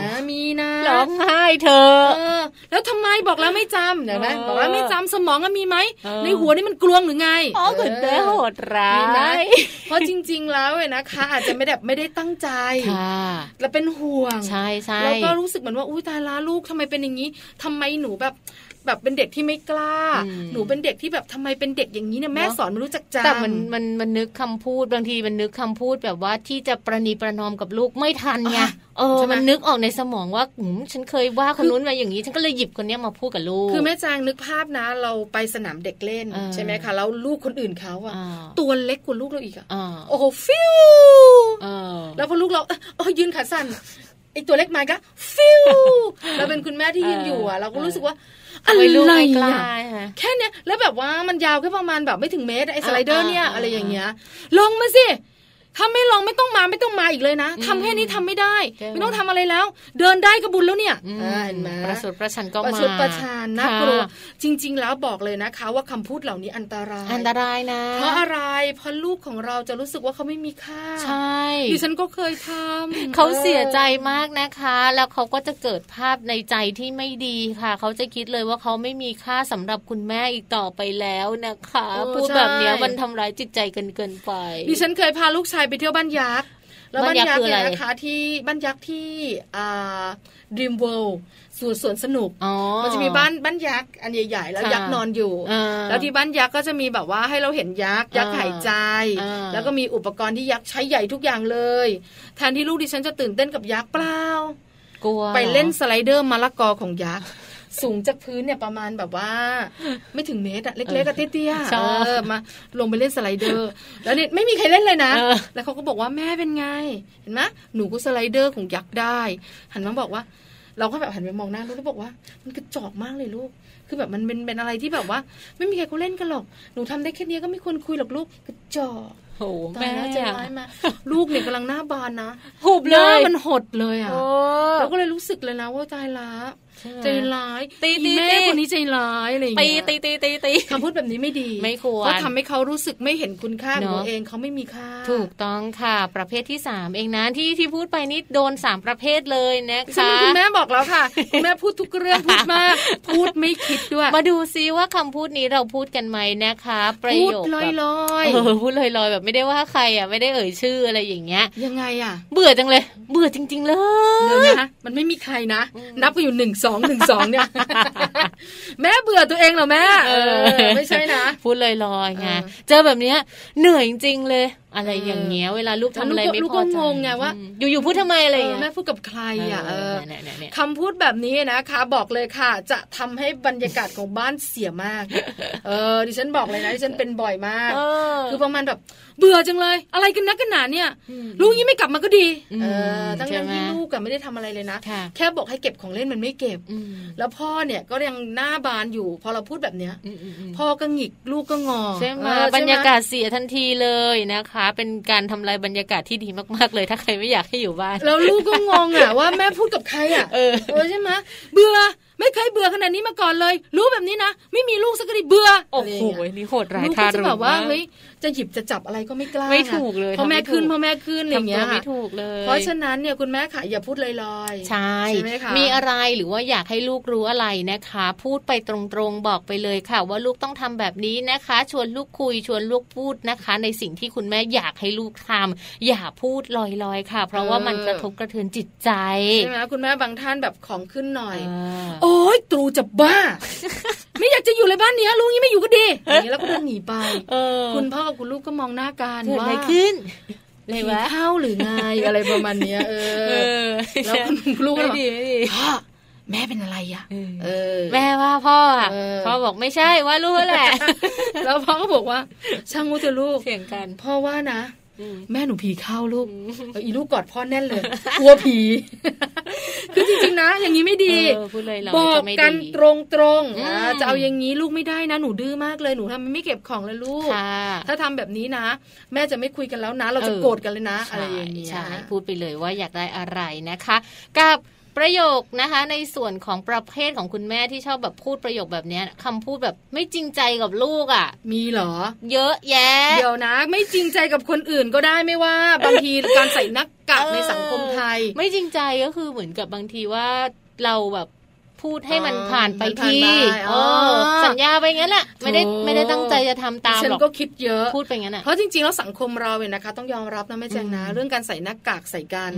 Speaker 3: นะมีนะ
Speaker 2: ร้องไห้เธ
Speaker 3: เอ
Speaker 2: อ
Speaker 3: อ แล้วทำไมบอกแล้วไม่จำเดี๋ยวนะ
Speaker 2: เออ
Speaker 3: บอกว่าไม่จำสมองอะมีไหม
Speaker 2: เออ
Speaker 3: ในหัวนี่มันกลวงหรือไง
Speaker 2: อ๋อคุณแม่โหดร้า
Speaker 3: มีนะ
Speaker 2: ย
Speaker 3: เพราะจริง ๆ แล้วเนี่ยนะคะ อาจจะไม่ได้ไม่ได้ตั้งใจ
Speaker 2: ค่ะ
Speaker 3: แล้วเป็นห่วง
Speaker 2: ใช่ใช่
Speaker 3: แล้วก็รู้สึกเหมือนว่าอุ้ยตายละลูกทำไมเป็นอย่างนี้ทำไมหนูแบบแบบเป็นเด็กที่ไม่กล้า หนูเป็นเด็กที่แบบทำไมเป็นเด็กอย่างนี้เนี่ยแม่สอนไม่รู้จักจำ
Speaker 2: แต่มันมันมันนึกคำพูดบางทีมันนึกคำพูดแบบว่าที่จะประนีประนอมกับลูกไม่ทันไง
Speaker 3: อ่ะ
Speaker 2: เออ
Speaker 3: ใช่ไหม
Speaker 2: มันนึกออกในสมองว่าอืมฉันเคยว่าคนนู้นมาอย่างนี้ ฉันก็เลยหยิบคนเนี้ยมาพูดกับลูก
Speaker 3: คือแม่จางนึกภาพนะ เราไปสนามเด็กเล่น
Speaker 2: เออ
Speaker 3: ใช่ไหมคะแล้วลูกคนอื่นเขาอะ
Speaker 2: อ่า
Speaker 3: ตัวเล็กกว่าลูกเราอีกอะ
Speaker 2: อ่า
Speaker 3: โอ้โหฟิว
Speaker 2: เออ
Speaker 3: แล้วพอลูกเราเอ้ยเอยยืนขาสั่นไอตัวเล็กมาก็ฟิวเราเป็นคุณแม่ที่ยืนอยู่อ่ะ
Speaker 2: เออ
Speaker 3: เราก็รู้สึกว่าอะ
Speaker 2: ทำ
Speaker 3: ไร
Speaker 2: ไมลูกไม่กล้า
Speaker 3: อ่ะ
Speaker 2: ใช่ไหม
Speaker 3: แค่เนี้ยแล้วแบบว่ามันยาวแค่ประมาณแบบไม่ถึงเมตรอะไอสไลเดอร์เนี่ย
Speaker 2: อ่าอ่า
Speaker 3: อะไรอย่างเงี้ย ลงมาสิถ้าไม่ลงไม่ต้องมาไม่ต้องมาอีกเลยนะทำแค่นี้ทำไม่ได้
Speaker 2: ใช่ไหม
Speaker 3: ไม่ต้องทำอะไรแล้ว เดินได้ก็บุญแล้วเนี่ย
Speaker 2: อืม
Speaker 3: อ่าเห็นไหม
Speaker 2: ประชดประชันก็
Speaker 3: ประ
Speaker 2: มา
Speaker 3: ชดประชานน่ากลัว
Speaker 2: ค่ะ
Speaker 3: จริง ๆ แล้วบอกเลยนะคะ ว่าคำพูดเหล่านี้อันตราย
Speaker 2: อันตรายนะ
Speaker 3: เพราะอะไรเพราะลูกของเราจะรู้สึกว่าเขาไม่มีค่า
Speaker 2: ใช่
Speaker 3: ดิฉันก็เคยทำ
Speaker 2: เขาเสียใจมากนะคะ แล้วเขาก็จะเกิดภาพในใจที่ไม่ดีค่ะ เขาจะคิดเลยว่าเขาไม่มีค่าสำหรับคุณแม่อีกต่อไปแล้วนะคะ
Speaker 3: เออ
Speaker 2: พูด
Speaker 3: ใช่
Speaker 2: แบบเนี้ยมันทำร้ายจิตใจเกินเกินไป
Speaker 3: ดิฉันเคยพาลูกชายไปเที่ยวบ้านยักษ์แล้ว
Speaker 2: บ้า
Speaker 3: บ้าน น
Speaker 2: ยั
Speaker 3: ยั
Speaker 2: กษ์
Speaker 3: กษ์
Speaker 2: คืออะไร
Speaker 3: เนี่ยนะคะที่บ้านยักษ์ที่อ่าดรีมเวิลด์สวนสวนสนุก
Speaker 2: อ๋อ
Speaker 3: มันจะมีบ้านบ้านยักษ์อันใหญ่ๆ แล้ว
Speaker 2: ค่ะ
Speaker 3: ยักษ์นอนอยู่
Speaker 2: อ่า
Speaker 3: แล้วที่บ้านยักษ์ก็จะมีแบบว่าให้เราเห็นยักษ์ยักษ์หายใจ
Speaker 2: อ่า
Speaker 3: แล้วก็มีอุปกรณ์ที่ยักษ์ใช้ใหญ่ทุกอย่างเลย แทนที่ลูกดิฉันจะตื่นเต้นกับยักษ์เปล่า
Speaker 2: กลัว
Speaker 3: ไปเล่นสไลเดอร์มะละกอของยักษ์ สูงจากพื้นเนี่ยประมาณแบบว่า ไม่ถึงเมตรอะเล็กๆอะเตี้ยๆอะเออมาลงไปเล่นสไลเดอร์ แล้วเนี่ยไม่มีใครเล่นเลยนะ แล้วเขาก็บอกว่าแม่เป็นไง เห็นไหมหนูก็สไลเดอร์ของยักษ์ได้ หันมาบอกว่า เราก็แบบหันไปมองหน้าลูกแล้วบอกว่า มันกระจอกมากเลยลูก คือแบบมันเป็นเป็นอะไรที่แบบว่า ไม่มีใครเขาเล่นกันหรอกหนูทำได้แค่เนี้ยก็ไม่ควรคุยหรอกลูกกระจอก
Speaker 2: โอ้โห
Speaker 3: ตาย
Speaker 2: แม่
Speaker 3: แล้วใจร้ายมากลูกเนี่ยกำลังหน้าบานนะ
Speaker 2: หุบ
Speaker 3: ห
Speaker 2: เล
Speaker 3: น้าย มันหดเลยอะ
Speaker 2: โอ้
Speaker 3: เราก็เลยรู้สึกเลยนะว่าใจร้า
Speaker 2: ใช่ไหม
Speaker 3: ใจร้าย
Speaker 2: ตีตี
Speaker 3: อีแม่
Speaker 2: ตี
Speaker 3: คนนี้ใจร้ายอะไรอย่าง
Speaker 2: ตี
Speaker 3: เงี้ย
Speaker 2: ตีตีตีตี
Speaker 3: คำพูดแบบนี้ไม่ดี
Speaker 2: ไม่ควร
Speaker 3: เพราะทำให้เขารู้สึกไม่เห็นคุณค่าข
Speaker 2: เน
Speaker 3: อง
Speaker 2: อะ
Speaker 3: ตัวเองเขาไม่มีค่า
Speaker 2: ถูกต้องค่ะ ประเภทที่ 3 เองนะที่ที่พูดไปนี่โดน 3 ประเภทเลยนะ
Speaker 3: ฉั
Speaker 2: คะ
Speaker 3: นเป็นคุณแม่บอกแล้วค่ะ คุณแม่พูดทุกเรื่องพูดมาก พูดไม่คิดด้วย
Speaker 2: มาดูซิว่าคำพูดนี้เราพูดกันไหมนะคะ ประ
Speaker 3: พูด
Speaker 2: โยค
Speaker 3: ล
Speaker 2: แบบ
Speaker 3: อย
Speaker 2: เออพูดลอยๆแบบไม่ได้ว่าใครอ่ะไม่ได้เอ่ยชื่ออะไรอย่างเงี้ย
Speaker 3: ๆยังไงอ่ะ
Speaker 2: เบื่อจังเลย เบื่อจริง ๆ เลย
Speaker 3: เดี๋ยวนะมันไม่มีใครนะ นับไปอยู่หนึ่งส องหนึ่งสองเนี่ย แม่เบื่อตัวเองเหรอแม่
Speaker 2: เออ
Speaker 3: เออไม่ใช่นะ
Speaker 2: พูดลอยๆไง
Speaker 3: เออ
Speaker 2: เจอแบบเนี้ยเหนื่อยจริงๆเลย อะไรอย่างเงี้ยเวลาลูก
Speaker 3: แล้ว
Speaker 2: ทำอะไร
Speaker 3: ลูกก็
Speaker 2: ไม่
Speaker 3: ลูก
Speaker 2: พ
Speaker 3: ก็
Speaker 2: อใจ
Speaker 3: งงไงว่า
Speaker 2: อืมอยู่ๆพูดทำไมอะไรอย่าง
Speaker 3: เออ
Speaker 2: เงี้ย
Speaker 3: แม่พูดกับใครอ่ะเออ
Speaker 2: เนี่ยเนี่ยเนี่ย
Speaker 3: คำพูดแบบนี้นะคะบอกเลยค่ะ จะทำให้บรรยากาศของบ้านเสียมาก เออดิฉันบอกเลยนะดิฉันเป็นบ่อยมาก
Speaker 2: เออ
Speaker 3: คือประมาณแบบเบื่อจังเลย อะไรกันนักกันหนาเนี่ยลูกยี่ไม่กลับมาก็ดี
Speaker 2: อืม
Speaker 3: เออตั้ง
Speaker 2: ใช่
Speaker 3: แต่
Speaker 2: ไหม
Speaker 3: ที่ลูกอะไม่ได้ทำอะไรเลยนะ
Speaker 2: ค่ะ
Speaker 3: แค่บอกให้เก็บของเล่นมันไม่เก็บ
Speaker 2: อืม
Speaker 3: แล้วพ่อเนี่ยก็ยังหน้าบานอยู่ พอเราพูดแบบเนี้ย
Speaker 2: อืมอืมอืม
Speaker 3: พ่อก็หงิกลูกก็งอ
Speaker 2: ใช่ไหม
Speaker 3: เออใช่ไหม
Speaker 2: บรรยากาศเสียทันทีเลยนะคะ เป็นการทำลายบรรยากาศที่ดีมากๆเลย ถ้าใครไม่อยากให้อยู่บ้าน
Speaker 3: แล้วลูกก็งงอ่ะ ว่าแม่พูดกับใครอ่ะ
Speaker 2: เออ
Speaker 3: ใช่ไหมเบื่อไม่เคยเบื่อขนาดนี้มาก่อนเลย รู้แบบนี้นะไม่มีลูกสักทีเบื่อ
Speaker 2: โอ้โห
Speaker 3: ะไรอย่างเงี้ย
Speaker 2: นี่โหดร้าย
Speaker 3: ลูก
Speaker 2: ทารุ
Speaker 3: ก็จะ
Speaker 2: ณ
Speaker 3: แบบว่า
Speaker 2: มา
Speaker 3: เฮ้ย
Speaker 2: ก
Speaker 3: จะหยิบจะจับอะไรก็ไม่กล้า
Speaker 2: ไม่ถูกเลย
Speaker 3: พอแม่
Speaker 2: ทำไม่ถูก
Speaker 3: ขึ้นพอแม่ขึ้นอะไรอย่าง
Speaker 2: ทำตั
Speaker 3: เงี้
Speaker 2: วย ไม่ถูกเลย
Speaker 3: เพราะฉะนั้นเนี่ยคุณแม่ค่ะอย่าพูดลอยๆ
Speaker 2: ใช่
Speaker 3: ไหมคะ
Speaker 2: มีอะไรหรือว่าอยากให้ลูกรู้อะไรนะคะ พูดไปตรงๆบอกไปเลยค่ะ ว่าลูกต้องทำแบบนี้นะคะ ชวนลูกคุยชวนลูกพูดนะคะ ในสิ่งที่คุณแม่อยากให้ลูกทำอย่าพูดลอยๆค่ะ เพราะว่ามันกระทบกระเทือนจิตใจ
Speaker 3: ใช่ไหมคุณแม่บางท่านแบบของขึ้นหน่อย
Speaker 2: อ่า
Speaker 3: โอ๊ยตรูจะ บ้า ไม่อยากจะอยู่เลยบ้านเนี้ยลูกนี้ไม่อยู่ก็ดีอย่างนี้แล้วก็เดินหนีไป
Speaker 2: เออ
Speaker 3: คุณพ่อกับคุณลูกก็มองหน้ากัน
Speaker 2: เกิด
Speaker 3: ว่า
Speaker 2: อะไรขึ้น
Speaker 3: ผีเข้าหรือไง อะไรประมาณเนี้ยเอ
Speaker 2: เอ
Speaker 3: อ
Speaker 2: อ
Speaker 3: แล้วคุณลูกก็
Speaker 2: ไม่
Speaker 3: แบบ
Speaker 2: ดีไม่ดี
Speaker 3: พ่อแม่เป็นอะไรอ่ะ
Speaker 2: เออ
Speaker 3: เออ
Speaker 2: แม่ว่าพ่ออ่ะ
Speaker 3: เออ
Speaker 2: พ่อบอกไม่ใช่ว่าลูกแหละ
Speaker 3: แล้วพ่อก็บอกว่า ช่างงูเถอะลูก
Speaker 2: เถียงกัน
Speaker 3: พ่อว่านะ
Speaker 2: อืม
Speaker 3: แม่หนูผีเข้าลูกเอออีลูกกอดพ่อแน่นเลยกลัวผี คือจริงๆนะ อย่างนี้ไม่ดี
Speaker 2: เออพูดเลยเรา
Speaker 3: บอก
Speaker 2: จะไม่
Speaker 3: กัน
Speaker 2: ดี
Speaker 3: ตรงๆ
Speaker 2: อืม
Speaker 3: อ่าจะเอาอย่างนี้ลูกไม่ได้นะหนูดื้อมากเลยหนูทำไม่เก็บของเลยลูก
Speaker 2: ค่ะ
Speaker 3: ถ้าทำแบบนี้นะ แม่จะไม่คุยกันแล้วนะ เราจะ
Speaker 2: เออ
Speaker 3: โกรธกันเลยนะ อะไรอย่างเงี้ย
Speaker 2: ใช่พูดไปเลยว่าอยากได้อะไรนะคะ กับประโยคนะคะในส่วนของประเภทของคุณแม่ที่ชอบแบบพูดประโยคแบบเนี้ยคำพูดแบบไม่จริงใจกับลูกอ่ะ
Speaker 3: มีเหรอ
Speaker 2: เยอะแยะ
Speaker 3: เดี๋ยวนะไม่จริงใจกับคนอื่นก็ได้ไม่ว่า บางทีการใส่หน้ากาก
Speaker 2: เออ
Speaker 3: ในสังคมไทย
Speaker 2: ไม่จริงใจก็คือเหมือนกับบางทีว่าเราแบบพูดให้มัน
Speaker 3: อ๋อ
Speaker 2: ผ่านไป
Speaker 3: มันผ่าน
Speaker 2: ที
Speaker 3: ไป
Speaker 2: เอ
Speaker 3: อ๋อ
Speaker 2: อสัญญาไปงั้นแหละไม่ได้
Speaker 3: โถ
Speaker 2: ไม่ได้ตั้งใจจะทำตาม
Speaker 3: ฉัน
Speaker 2: หรอก
Speaker 3: ก็คิดเยอะ
Speaker 2: พูดไปงั้นอ่ะ
Speaker 3: เพราะจริงๆแล้วสังคมเราเนี่ยนะคะ ต้องยอมรับนะแม่แจงนะ
Speaker 2: อืม
Speaker 3: เรื่องการใส่หน้ากากใส่กัน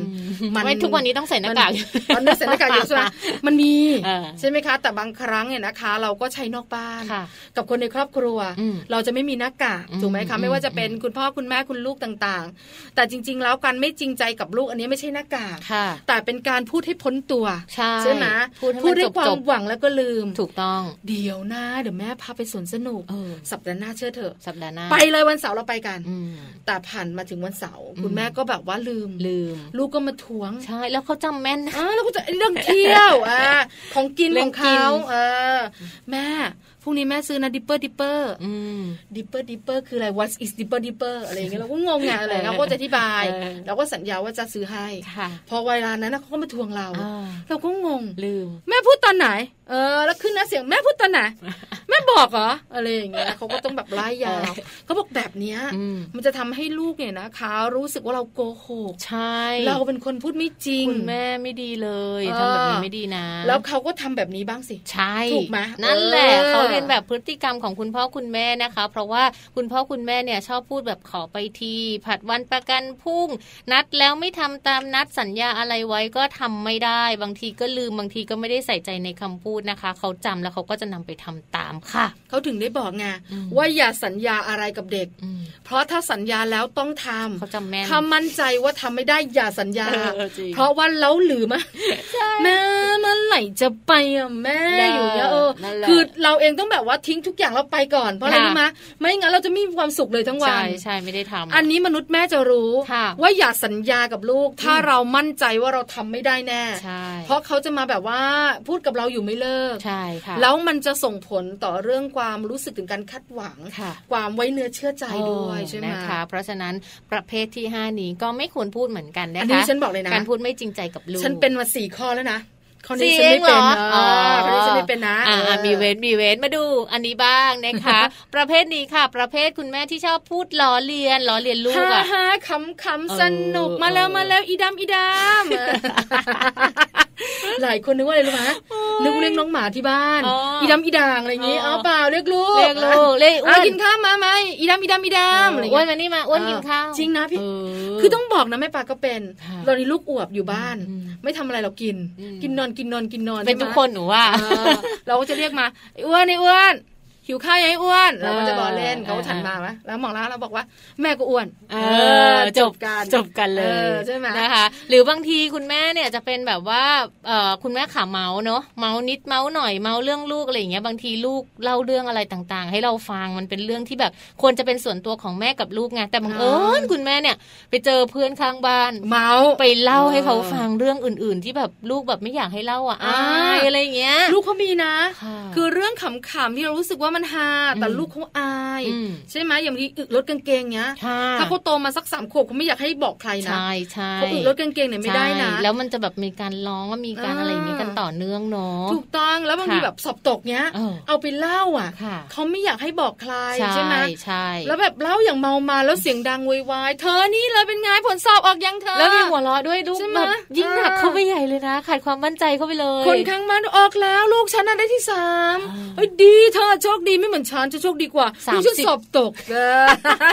Speaker 2: มันไม่ทุกวันนี้ต้องใส่หน้ากาก
Speaker 3: มันตอนนี้ใส่หน้ากากเยอะใช่ ไหมมันมี
Speaker 2: เออ
Speaker 3: ใช่ไหมคะ แต่บางครั้งเนี่ยนะคะ เราก็ใช้นอกบ้าน
Speaker 2: ค่ะ
Speaker 3: กับคนในครอบครัว
Speaker 2: อืม
Speaker 3: เราจะไม่มีหน้ากาก
Speaker 2: อืม
Speaker 3: ถูกไหม
Speaker 2: อื
Speaker 3: คะ
Speaker 2: ม
Speaker 3: ไม่ว่าจะเป็นคุณพ่อคุณแม่คุณลูกต่างๆ แต่จริง ๆ แล้วการไม่จริงใจกับลูกอันนี้ไม่ใช่หน้ากาก
Speaker 2: ค่ะ
Speaker 3: แต่เป็นการพูดให้พ้นตัว
Speaker 2: ใช่
Speaker 3: ใช่ไหม
Speaker 2: พูดให้
Speaker 3: พู
Speaker 2: มั
Speaker 3: ด
Speaker 2: น
Speaker 3: ด้
Speaker 2: จ
Speaker 3: วย
Speaker 2: บ
Speaker 3: ควา
Speaker 2: จ
Speaker 3: ม
Speaker 2: บ
Speaker 3: หวังแล้วก็ลืม
Speaker 2: ถูกต้อง
Speaker 3: เดี๋ยวนะเดี๋ยวแม่พาไปสวนสนุก
Speaker 2: เออ
Speaker 3: สัปดาห์หน้าเชื่อเถอะ
Speaker 2: สัปดาห์หน้า
Speaker 3: ไปเลยวันเสาร์เราไปกัน
Speaker 2: อืม
Speaker 3: แต่ผ่านมาถึงวันเสาร์
Speaker 2: อืม
Speaker 3: คุณแม่ก็แบบว่าลืม
Speaker 2: ลืม
Speaker 3: ลูกก็มาทวง
Speaker 2: ใช่แล้วเขาจำแม่นนะ
Speaker 3: อ่าแล้วก็จะเรื่องเที่ ยวอ่าของกิน
Speaker 2: เรื่
Speaker 3: ข
Speaker 2: อ
Speaker 3: อง
Speaker 2: งกิน
Speaker 3: เขาเออแม่พรุ่งนี้แม่ซื้อนะดิปเปอร์ดิปเปอร์
Speaker 2: อืม
Speaker 3: ดิปเปอร์ดิปเปอร์คืออะไร what is dipper dipper อะไรอย่างเงี้ ยเราก็งงไงอะไรเขาก็จะอธิบาย
Speaker 2: เออ
Speaker 3: เราก็สัญญาว่าจะซื้อให้
Speaker 2: ค่ะ
Speaker 3: พอเวลานั้นนะเขาก็มาทวงเรา
Speaker 2: อ่า
Speaker 3: เราก็งง
Speaker 2: ลืม
Speaker 3: แม่พูดตอนไหน เออ แล้วขึ้นนะเสียงแม่พูดตอนไหน แม่บอกเหรอ อะไรอย่างเงี้ยเขาก็ต้องแบบไล่ยาวเขาบอกแบบเนี้ย
Speaker 2: อืม
Speaker 3: มันจะทำให้ลูกเนี่ยนะคะรู้สึกว่าเราโกหก
Speaker 2: ใช่
Speaker 3: เราเป็นคนพูดไม่จริง
Speaker 2: คุณแม่ไม่ดีเลย
Speaker 3: เออ
Speaker 2: ทำแบบนี้ไม่ดีนะ
Speaker 3: แล้วเขาก็ทำแบบนี้บ้างสิ
Speaker 2: ใช่
Speaker 3: ถูกไหม
Speaker 2: นั่นแหละ
Speaker 3: เออ
Speaker 2: เขาเรียนแบบพฤติกรรมของคุณพ่อคุณแม่นะคะ เพราะว่าคุณพ่อคุณแม่เนี่ยชอบพูดแบบขอไปทีผัดวันประกันพรุ่ง นัดแล้วไม่ทำตามนัดสัญญาอะไรไว้ก็ทำไม่ได้ บางทีก็ลืมบางทีก็ไม่ได้ใส่ใจในคำพูดนะคะ เขาจำแล้วเขาก็จะนำไปทำตามค่ะ
Speaker 3: เขาถึงได้บอกไง
Speaker 2: อืม
Speaker 3: ว่าอย่าสัญญาอะไรกับเด็ก
Speaker 2: อืม
Speaker 3: เพราะถ้าสัญญาแล้วต้องทำ
Speaker 2: เขาจำแม่น
Speaker 3: ถ้ามั่นใจว่าทำไม่ได้อย่าสัญญา
Speaker 2: เออจริง
Speaker 3: เพราะว่าเล้าหรือมาแม่เมื่อไหร่จะไปอ่ะแม่
Speaker 2: ได้
Speaker 3: อยู่เนี้ยเออ
Speaker 2: นั่นแหละ
Speaker 3: คือเราเองต้องแบบว่าทิ้งทุกอย่างแล้วไปก่อนเพราะอะไร
Speaker 2: ค่ะ
Speaker 3: รู้มะไม่งั้นเราจะไม่มีความสุขเลยทั้งวั
Speaker 2: ใช่
Speaker 3: น
Speaker 2: ใช่ไม่ได้ทำ
Speaker 3: อันนี้มนุษย์แม่จะรู้
Speaker 2: ค่ะ
Speaker 3: ว่าอย่าสัญญากับลูก ถ้าเรามั่นใจว่าเราทำไม่ได้แน่
Speaker 2: ใช่
Speaker 3: เพราะเขาจะมาแบบว่าพูดกับเราอยู่ไม่เลิก
Speaker 2: ใช่ค่ะ
Speaker 3: แล้วมันจะส่งผลต่อเรื่องความรู้สึกถึงการคาดหวัง
Speaker 2: ค่ะ
Speaker 3: ความไว้เนื้อเชื่อใจด้วย
Speaker 2: เออ
Speaker 3: ใช่ไหม
Speaker 2: นะคะ เพราะฉะนั้นประเภทที่ 5 นี้ก็ไม่ควรพูดเหมือนกันนะ
Speaker 3: อั
Speaker 2: คะ
Speaker 3: นนี้ดิฉันบอกเลยนะ
Speaker 2: การพูดไม่จริงใจกับลูก
Speaker 3: ฉันเป็นมาสี่ข้อแล้วนะข้อ
Speaker 2: จ
Speaker 3: นี้
Speaker 2: ริ
Speaker 3: ฉันไม่
Speaker 2: ง
Speaker 3: เป็
Speaker 2: เหร
Speaker 3: น
Speaker 2: อ
Speaker 3: เออข้อนี้ฉันไม่เป็นนะ
Speaker 2: อ่า
Speaker 3: ออ
Speaker 2: มีเว้นมีเว้นมาดูอันนี้บ้างนะคะ ประเภทนี้ค่ะ ประเภทคุณแม่ที่ชอบพูดล้อเลียนล้อเลียนลูก
Speaker 3: ฮ่า
Speaker 2: อ่ะ
Speaker 3: ฮ่าขำขำ
Speaker 2: เออ
Speaker 3: สนุกมาแล้ว
Speaker 2: เออ
Speaker 3: มาแล้วอีดำอีด ำหลายคนนึกว่าอะไรรู้ไหมนึกว่าเรียกน้องหมาที่บ้าน
Speaker 2: อ๋ออี
Speaker 3: อีดำอีด่างอะไรอย่างงี้
Speaker 2: อ๋อ
Speaker 3: เอาเปล่าเรียกลูก
Speaker 2: เรียกลูกเรียกอ้วน
Speaker 3: อ่ะกินข้าวมาไหมอีดำอีดำอีดำอะไรอย่าง
Speaker 2: อ้วน
Speaker 3: เงี้
Speaker 2: มา
Speaker 3: ย
Speaker 2: นี่มาอ้วนกินข้าว
Speaker 3: จริงนะพี่
Speaker 2: เออ
Speaker 3: คือต้องบอกนะแม่ปลาก็เป็น
Speaker 2: ค่ะ
Speaker 3: ตอนนี้ลูกอวบอยู่บ้าน
Speaker 2: อืม
Speaker 3: ไม่ทำอะไรเรากิน กินนอนกินนอนกินนอน
Speaker 2: เป็น
Speaker 3: ใช่ไหม
Speaker 2: ทุกคนหนูว่า
Speaker 3: เออเราก็จะเรียกมาไอ้อ้วนไอ้อ้วนหิวข้าวยังไอ้อ้วน
Speaker 2: เออ
Speaker 3: เราก็จะบอกเล่น
Speaker 2: เออ
Speaker 3: เขาก็ฉันมาไหมแล้วมองแล้วเราบอกว่า แม่ก็อ้วน
Speaker 2: เออจบ
Speaker 3: กัน
Speaker 2: จบกันเล
Speaker 3: อย อใช่ไหม
Speaker 2: นะคะ หรือบางทีคุณแม่เนี่ยจะเป็นแบบว่าเอ่อคุณแม่ขาเมาส์เนาะเมาส์นิดเมาส์หน่อยเมาส์เรื่องลูกอะไรอย่างเงี้ยบางทีลูกเล่าเรื่องอะไรต่างๆ ให้เราฟังมันเป็นเรื่องที่แบบควรจะเป็นส่วนตัวของแม่กับลูกไงแต่บังเอิญ
Speaker 3: อ่า
Speaker 2: คุณแม่เนี่ย ไปเจอเพื่อนข้างบ้าน
Speaker 3: เมาส์
Speaker 2: ไปเล่าให้เขา
Speaker 3: เออ
Speaker 2: ฟังเรื่องอื่น ๆ ที่แบบลูกแบบไม่อยากให้เล่าอ่ะ
Speaker 3: อ่า
Speaker 2: อายอะไรอย่างเงี้ย
Speaker 3: ลูกเขามีนะ
Speaker 2: ค่ะ
Speaker 3: คือเรื่องขำๆที่เรารู้สึกว่ามันฮาแต่
Speaker 2: อืม
Speaker 3: ลูกเขาอาย
Speaker 2: อืม
Speaker 3: ใช่ไหมอย่างบางทีอึรถกางเกงเนี้ย
Speaker 2: ค่ะ
Speaker 3: ถ้าเขาโตมาสักสามขวบเขาไม่อยากให้บอกใครนะ
Speaker 2: ใช่ใช่
Speaker 3: เขาอึรถกางเกงเนี่ยไม่ได้นะ
Speaker 2: ใช่แล้วมันจะแบบมีการร้องว่ามีการ
Speaker 3: อ่า
Speaker 2: อะไรอย่างเงี้ยกันต่อเนื่องเนาะ
Speaker 3: ถูกต้องแล้วบางที
Speaker 2: ค่ะ
Speaker 3: แบบสอบตกเนี้ย
Speaker 2: เออ
Speaker 3: เอาไปเล่าอ่ะ
Speaker 2: ค่ะ
Speaker 3: เขาไม่อยากให้บอกใครใช่ไหม
Speaker 2: ใช่
Speaker 3: แล้วแบบเล่าอย่างเมามาแล้วเสียงดังโวยวายเธอนี่เลยเป็นไงผลสอบออกยังเธอ
Speaker 2: แล้วมีหัวเราะด้วยลูก
Speaker 3: ใช่ไหม
Speaker 2: แบบยิ่งหนัก
Speaker 3: อ่า
Speaker 2: เข้าไปใหญ่เลยนะขาดความมั่นใจเข้าไปเลย
Speaker 3: คนข้างมันออกแล้วลูกฉันน่ะได้ที่สาม
Speaker 2: อ่า
Speaker 3: เฮ้ยดีเธอโชคดีไม่เหมือนฉันจะโชคดีกว่า
Speaker 2: สาม
Speaker 3: ลูกฉัน
Speaker 2: สิบ
Speaker 3: สอบตกเออ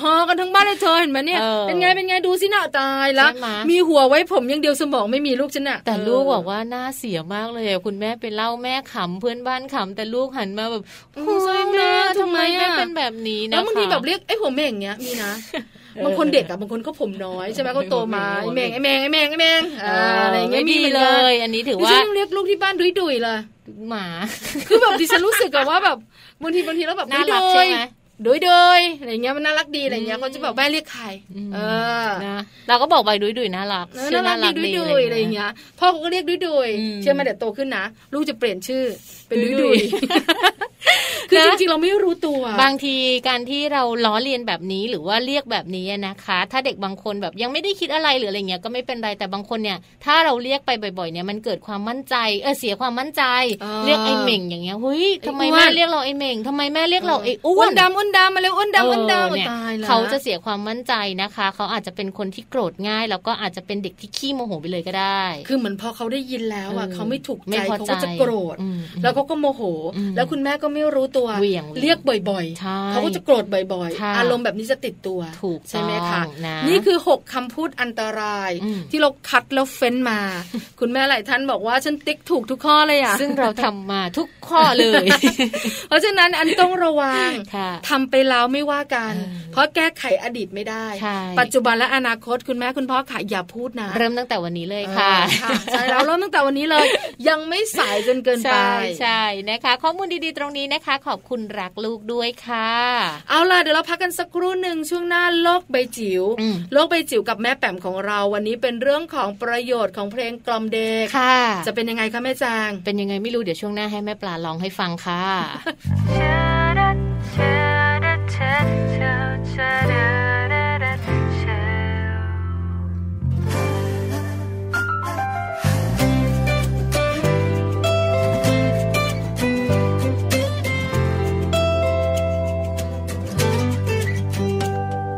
Speaker 3: ฮอกันทั้งบ้านเลยเธอเห็นไหมเนี่ย
Speaker 2: เออ
Speaker 3: เป็นไงเป็นไงดูสิน่ะตายละ
Speaker 2: ใช่ไหม
Speaker 3: มีหัวไว้ผมอยังเดียวสมองไม่มีลูกฉันน่ะ
Speaker 2: แต่ลูกบอก
Speaker 3: เ
Speaker 2: ว่าน่าเสียมากเลยอะคุณแม่ไปเล่าแม่ขำเพื่อนบ้านขำแต่ลูกหันมาแบบ
Speaker 3: อืม
Speaker 2: โอ้ยแม่
Speaker 3: เศร้านะ
Speaker 2: ทำไม
Speaker 3: ทำไมอะ
Speaker 2: แม่เป็นแบบนี้นะ
Speaker 3: แล้วบางที
Speaker 2: คะ
Speaker 3: แบบเรียกไอ้หัวแมงเงี้ยมี นะ
Speaker 2: เออบ
Speaker 3: างคนเด็กอะบางคนก็ผมน้อยใช่ไหมเขาโตมา
Speaker 2: หั
Speaker 3: ไอ้
Speaker 2: ว
Speaker 3: แม
Speaker 2: แม่
Speaker 3: ง
Speaker 2: ง
Speaker 3: ไอ้แมงไอ้แมงไอ้แมงอ่าอะไรเงี้ย
Speaker 2: ไม่ดี
Speaker 3: หอน
Speaker 2: เล
Speaker 3: กัน
Speaker 2: ย อันนี้ถือ
Speaker 3: ดิ
Speaker 2: ว่า
Speaker 3: ฉันยังเรียกลูกที่บ้านดุยดุยๆเลย
Speaker 2: หมา
Speaker 3: คือแบบดิฉันรู้สึกอะว่าแบบบางทีบางทีแล้วแบบ
Speaker 2: น่า
Speaker 3: ดุ
Speaker 2: รัก
Speaker 3: ยๆ
Speaker 2: ใช่ไหม
Speaker 3: โดยโดยอะไรเงี้ยมันน่ารักดีอะไรเงี้ย
Speaker 2: อืม
Speaker 3: เขาจะแบบแม่เรียกใครเออ
Speaker 2: นะเราก็บอกไปดุยดุยน่ารัก
Speaker 3: เออ
Speaker 2: ชื่อ
Speaker 3: น่ารักดีดุยดุยอะไร
Speaker 2: า
Speaker 3: เงี้ยพ่อเขาก็เรียกดุยดุย
Speaker 2: อืม
Speaker 3: เชื่อไหมาเดี๋ยวโตขึ้นนะลูกจะเปลี่ยนชื่อเป็นดุย
Speaker 2: ดุ
Speaker 3: ดุ
Speaker 2: ย
Speaker 3: ยคือ
Speaker 2: นะ
Speaker 3: จริงๆเราไม่รู้ตัว
Speaker 2: บางทีการที่เราล้อเลียนแบบนี้หรือว่าเรียกแบบนี้นะคะ ถ้าเด็กบางคนแบบยังไม่ได้คิดอะไรหรืออะไรเงี้ยก็ไม่เป็นไรแต่บางคนเนี่ย ถ้าเราเรียกไปบ่อยๆเนี่ยมันเกิดความมั่นใจเออเสียความมั่นใจ เรียกไอ้เหม่งอย่างเงี้ยเฮ้ยทำไมแม่เรียกเราไอ้เหม่งทำไมแม่เรียกเราไอ้อ้วน
Speaker 3: ดำอ้วนดำมาเร็วอ้วนดำอ้วนดำ
Speaker 2: เออเนี่ย
Speaker 3: ตายแล้ว
Speaker 2: เขาจะเสียความมั่นใจนะคะ เขาอาจจะเป็นคนที่โกรธง่าย แล้วก็อาจจะเป็นเด็กที่ขี้โมโหไปเลยก็ได้
Speaker 3: คือเหมือนพอเขาได้ยินแล้วอ่ะ
Speaker 2: เออ
Speaker 3: เขาไม่ถูก
Speaker 2: ไม่
Speaker 3: ใจ
Speaker 2: พอ
Speaker 3: เขาก็
Speaker 2: ใจ
Speaker 3: จะโกรธ
Speaker 2: อืม
Speaker 3: แล้วเขาก็โมโห
Speaker 2: อืม
Speaker 3: แล้วคุณแม่ก็ไม่รู้ตัว
Speaker 2: เหวี่ยง
Speaker 3: เรียกบ่อย
Speaker 2: ใช่
Speaker 3: ๆเขาก็จะโกรธบ่อย
Speaker 2: ค่ะ
Speaker 3: ๆ อารมณ์แบบนี้จะติดตัว
Speaker 2: ถูก
Speaker 3: ใช่ไหมคะ
Speaker 2: ต้องนะ
Speaker 3: นี่คือ 6คำพูดอันตราย
Speaker 2: อืม
Speaker 3: ที่เราคัดแล้วเฟ้น มา คุณแม่หลายท่านบอกว่าฉันติ๊กถูกทุกข้อเลยอ่ะ
Speaker 2: ซึ่งเราทำมาทุกข้อเลย
Speaker 3: เพราะฉะนั้นอันต้องระวัง
Speaker 2: ค่ะ
Speaker 3: ทำไปแล้วไม่ว่ากัน เพราะแก้ไขอดีตไม่ได้
Speaker 2: ใช่
Speaker 3: ปัจจุบันและอนาคตคุณแม่คุณพ่อค่ะอย่าพูดนะ
Speaker 2: เริ่มตั้งแต่วันนี้เลยค่ะ
Speaker 3: เออใช่แล้วเริ่มตั้งแต่วันนี้เลย ยังไม่สายจนเกินไป
Speaker 2: ใช่ใช่นะคะ ข้อมูลดีๆตรงนี้นะคะ ขอบคุณรักลูกด้วยค่ะ
Speaker 3: เอาล่ะเดี๋ยวเราพักกันสักครู่หนึ่งช่วงหน้าโลกใบจิ๋ว
Speaker 2: อืม
Speaker 3: โลกใบจิ๋วกับแม่แป๋มของเราวันนี้เป็นเรื่องของประโยชน์ของเพลงกล่อมเด็ก
Speaker 2: ค่ะ
Speaker 3: จะเป็นยังไงคะแม่จาง
Speaker 2: เป็นยังไงไม่รู้เดี๋ยวช่วงหน้าให้แม่ปลาลองให้ฟังค่ะ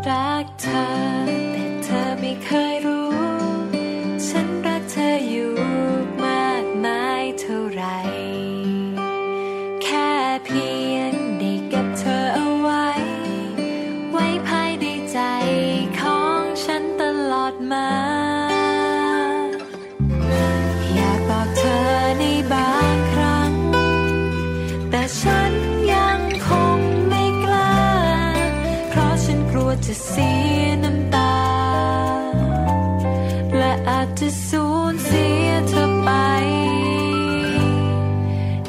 Speaker 5: รักเธอแต่เธอไม่เคยรู้ ฉันรักเธออยู่มากมายเท่าไหรแค่เพียงได้เก็บเธอเอาไว้ ไว้ภายในใจของฉันตลอดมา อยากบอกเธอในบางครั้ง แต่ฉันยังคงไม่กล้า เพราะฉันกลัวจะเสียน้ำตา และอาจจะสูญเสียเธอไป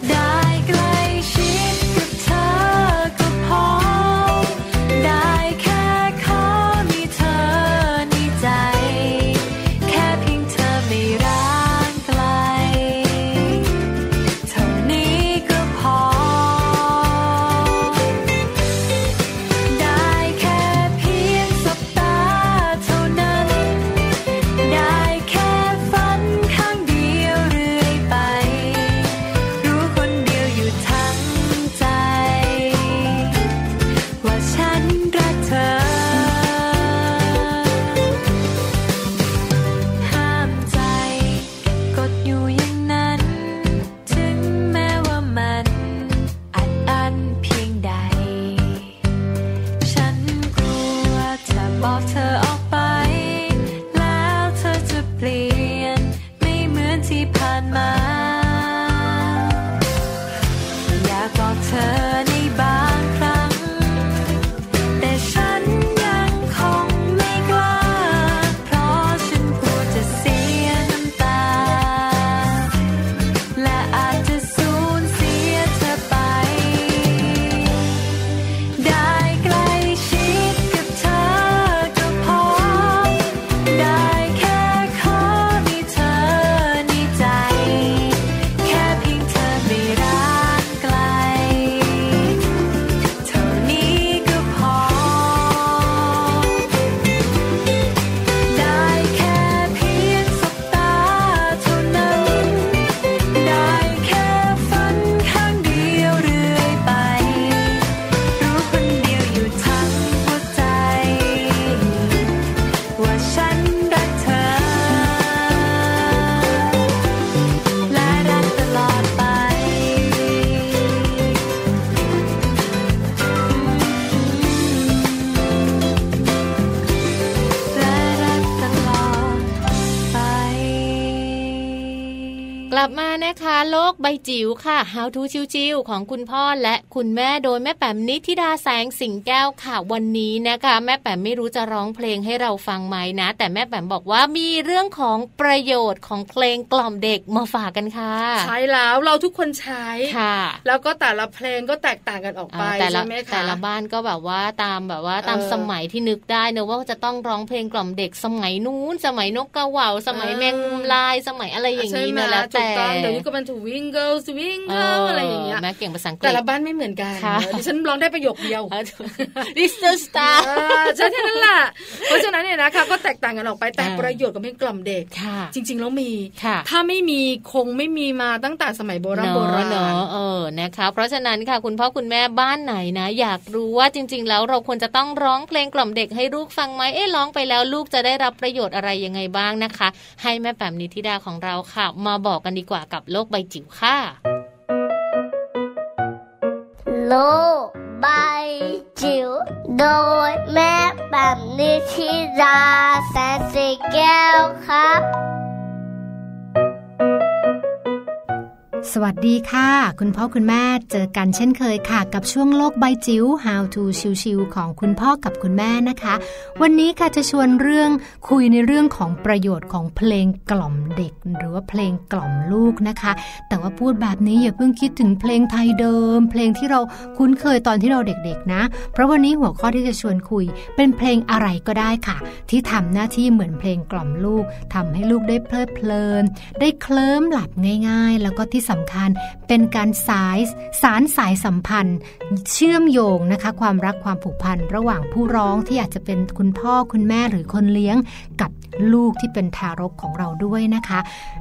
Speaker 5: ได้ใกล้ชิดกับเธอก็พอ ได้แค่ขอมีเธอในใจ แค่เพียงเธอไม่ร้างไกล เท่านี้ก็พอ ได้แค่เพียงสบตาเท่านั้น ได้แค่ฝั
Speaker 2: กลับมานะคะ โลกใบจิ๋วค่ะ How to ชิวๆของคุณพ่อและคุณแม่โดยแม่แปมนิธิดาแสงสิงแก้วค่ะวันนี้นะคะ แม่แปมไม่รู้จะร้องเพลงให้เราฟังไหมนะ แต่แม่แปมบอกว่ามีเรื่องของประโยชน์ของเพลงกล่อมเด็กมาฝากกันค่ะ
Speaker 3: ใช้แล้วเราทุกคนใช้
Speaker 2: ค่ะ
Speaker 3: แล้วก็แต่ละเพลงก็แตกต่างกันออกไป
Speaker 2: อ่าแต่ละ
Speaker 3: ใช่ไหมคะ
Speaker 2: แต่ละบ้านก็แบบว่าตามแบบว่าตาม
Speaker 3: เออ
Speaker 2: สมัยที่นึกได้เนอะว่าจะต้องร้องเพลงกล่อมเด็กสมัยนู้น สมัยนกกระเหว่าสมัย
Speaker 3: เออ
Speaker 2: แมงมุมลายสมัยอะไรอย่าง
Speaker 3: ใช่
Speaker 2: นี้
Speaker 3: ไหม
Speaker 2: นะแล้ว
Speaker 3: ถูก
Speaker 2: แต่
Speaker 3: ต้องเดี๋ยวนี้ก็มันถูวิงเกิลสวิงเกิลอะไรอย่างเงี้ย
Speaker 2: แม่เก่งภาษาอังกฤษ
Speaker 3: แต่ละบ้านไม่เหมือนกัน
Speaker 2: ค่ะ
Speaker 3: ดิฉันร้องได้ประโยคเดียว
Speaker 2: ดิสเตอร์สตาร์
Speaker 3: เออใช่แค่นั้นแหละ เพราะฉะนั้นเนี่ยนะคะก็แตกต่างกันออกไปแต่
Speaker 2: อ่า
Speaker 3: ประโยชน์กับเพลงกล่อมเด็ก
Speaker 2: ค่ะ
Speaker 3: จริง ๆ แล้วมี
Speaker 2: ค่ะ
Speaker 3: ถ้าไม่มีคงไม่มีมาตั้งแต่สมัยโบราณ
Speaker 2: เน
Speaker 3: โบ
Speaker 2: อะ
Speaker 3: ราณ
Speaker 2: เนอะเออนะคะ เพราะฉะนั้นค่ะคุณพ่อคุณแม่บ้านไหนนะ อยากรู้ว่าจริง ๆ แล้วเราควรจะต้องร้องเพลงกล่อมเด็กให้ลูกฟังไหมเอ๊ะร้องไปแล้วลูกจะได้รับประโยชน์อะไรยังไงบ้างนะคะ ให้แม่แปมนิธิดาของเราค่ะ มาบอกกันดีกว่ากับโลกใบจิ๋วค่ะ
Speaker 6: โลกใบจิ๋วโดยแม่แบบนิชิราแสนสีแก้วครับ
Speaker 7: สวัสดีค่ะ คุณพ่อคุณแม่เจอกันเช่นเคยค่ะ กับช่วงโลกใบจิ๋ว How to ชิวๆของคุณพ่อกับคุณแม่นะคะ วันนี้ค่ะจะชวนเรื่องคุยในเรื่องของประโยชน์ของเพลงกล่อมเด็ก หรือว่าเพลงกล่อมลูกนะคะ แต่ว่าพูดแบบนี้อย่าเพิ่งคิดถึงเพลงไทยเดิม เพลงที่เราคุ้นเคยตอนที่เราเด็กๆนะ เพราะวันนี้หัวข้อที่จะชวนคุย เป็นเพลงอะไรก็ได้ค่ะ ที่ทำหน้าที่เหมือนเพลงกล่อมลูกทำให้ลูกได้เพลิดเพลิน ได้เคลิ้มหลับง่ายๆ แล้วก็ที่สำคัญเป็นการสายสารสายสัมพันธ์ เชื่อมโยงนะคะ ความรักความผูกพันระหว่างผู้ร้องที่อาจจะเป็นคุณพ่อคุณแม่หรือคนเลี้ยง กับลูกที่เป็นทารกของเราด้วยนะคะ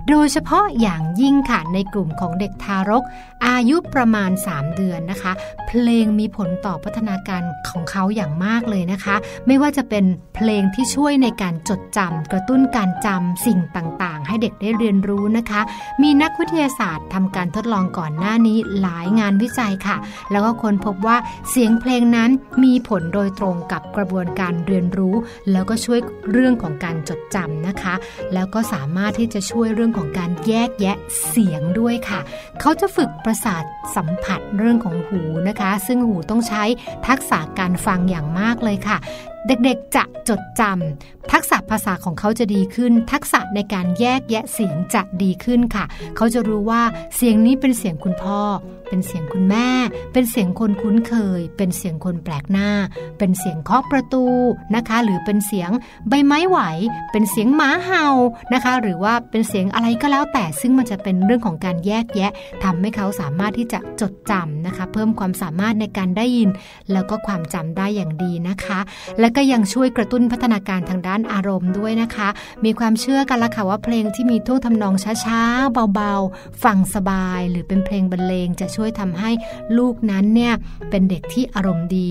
Speaker 7: โดยเฉพาะอย่างยิ่งค่ะในกลุ่มของเด็กทารก อายุประมาณ 3 เดือนนะคะ เพลงมีผลต่อพัฒนาการของเขาอย่างมากเลยนะคะ ไม่ว่าจะเป็นเพลงที่ช่วยในการจดจำกระตุ้นการจำสิ่งต่างๆ ให้เด็กได้เรียนรู้นะคะ มีนักวิทยาศาสตร์ทำการทดลองก่อนหน้านี้หลายงานวิจัยค่ะ แล้วก็ค้นพบว่าเสียงเพลงนั้นมีผลโดยตรงกับกระบวนการเรียนรู้ แล้วก็ช่วยเรื่องของการจดจำนะคะ แล้วก็สามารถที่จะช่วยเรื่องของการแยกแยะเสียงด้วยค่ะ เขาจะฝึกประสาทสัมผัสเรื่องของหูนะคะ ซึ่งหูต้องใช้ทักษะการฟังอย่างมากเลยค่ะ เด็กๆจะจดจำทักษะภาษาของเขาจะดีขึ้น ทักษะในการแยกแยะเสียงจะดีขึ้นค่ะ เขาจะรู้ว่าเสียงนี้เป็นเสียงคุณพ่อ เป็นเสียงคุณแม่ เป็นเสียงคนคุ้นเคย เป็นเสียงคนแปลกหน้า เป็นเสียงเคาะประตูนะคะ หรือเป็นเสียงใบไม้ไหว เป็นเสียงหมาเห่านะคะ หรือว่าเป็นเสียงอะไรก็แล้วแต่ซึ่งมันจะเป็นเรื่องของการแยกแยะทำให้เขาสามารถที่จะจดจำนะคะ เพิ่มความสามารถในการได้ยิน แล้วก็ความจำได้อย่างดีนะคะ และก็ยังช่วยกระตุ้นพัฒนาการทางด้านอารมณ์ด้วยนะคะ มีความเชื่อกันละค่ะว่าเพลงที่มีท่วงทำนองช้าๆ เบาๆ ฟังสบาย หรือเป็นเพลงบรรเลงจะช่วยทำให้ลูกนั้นเนี่ยเป็นเด็กที่อารมณ์ดี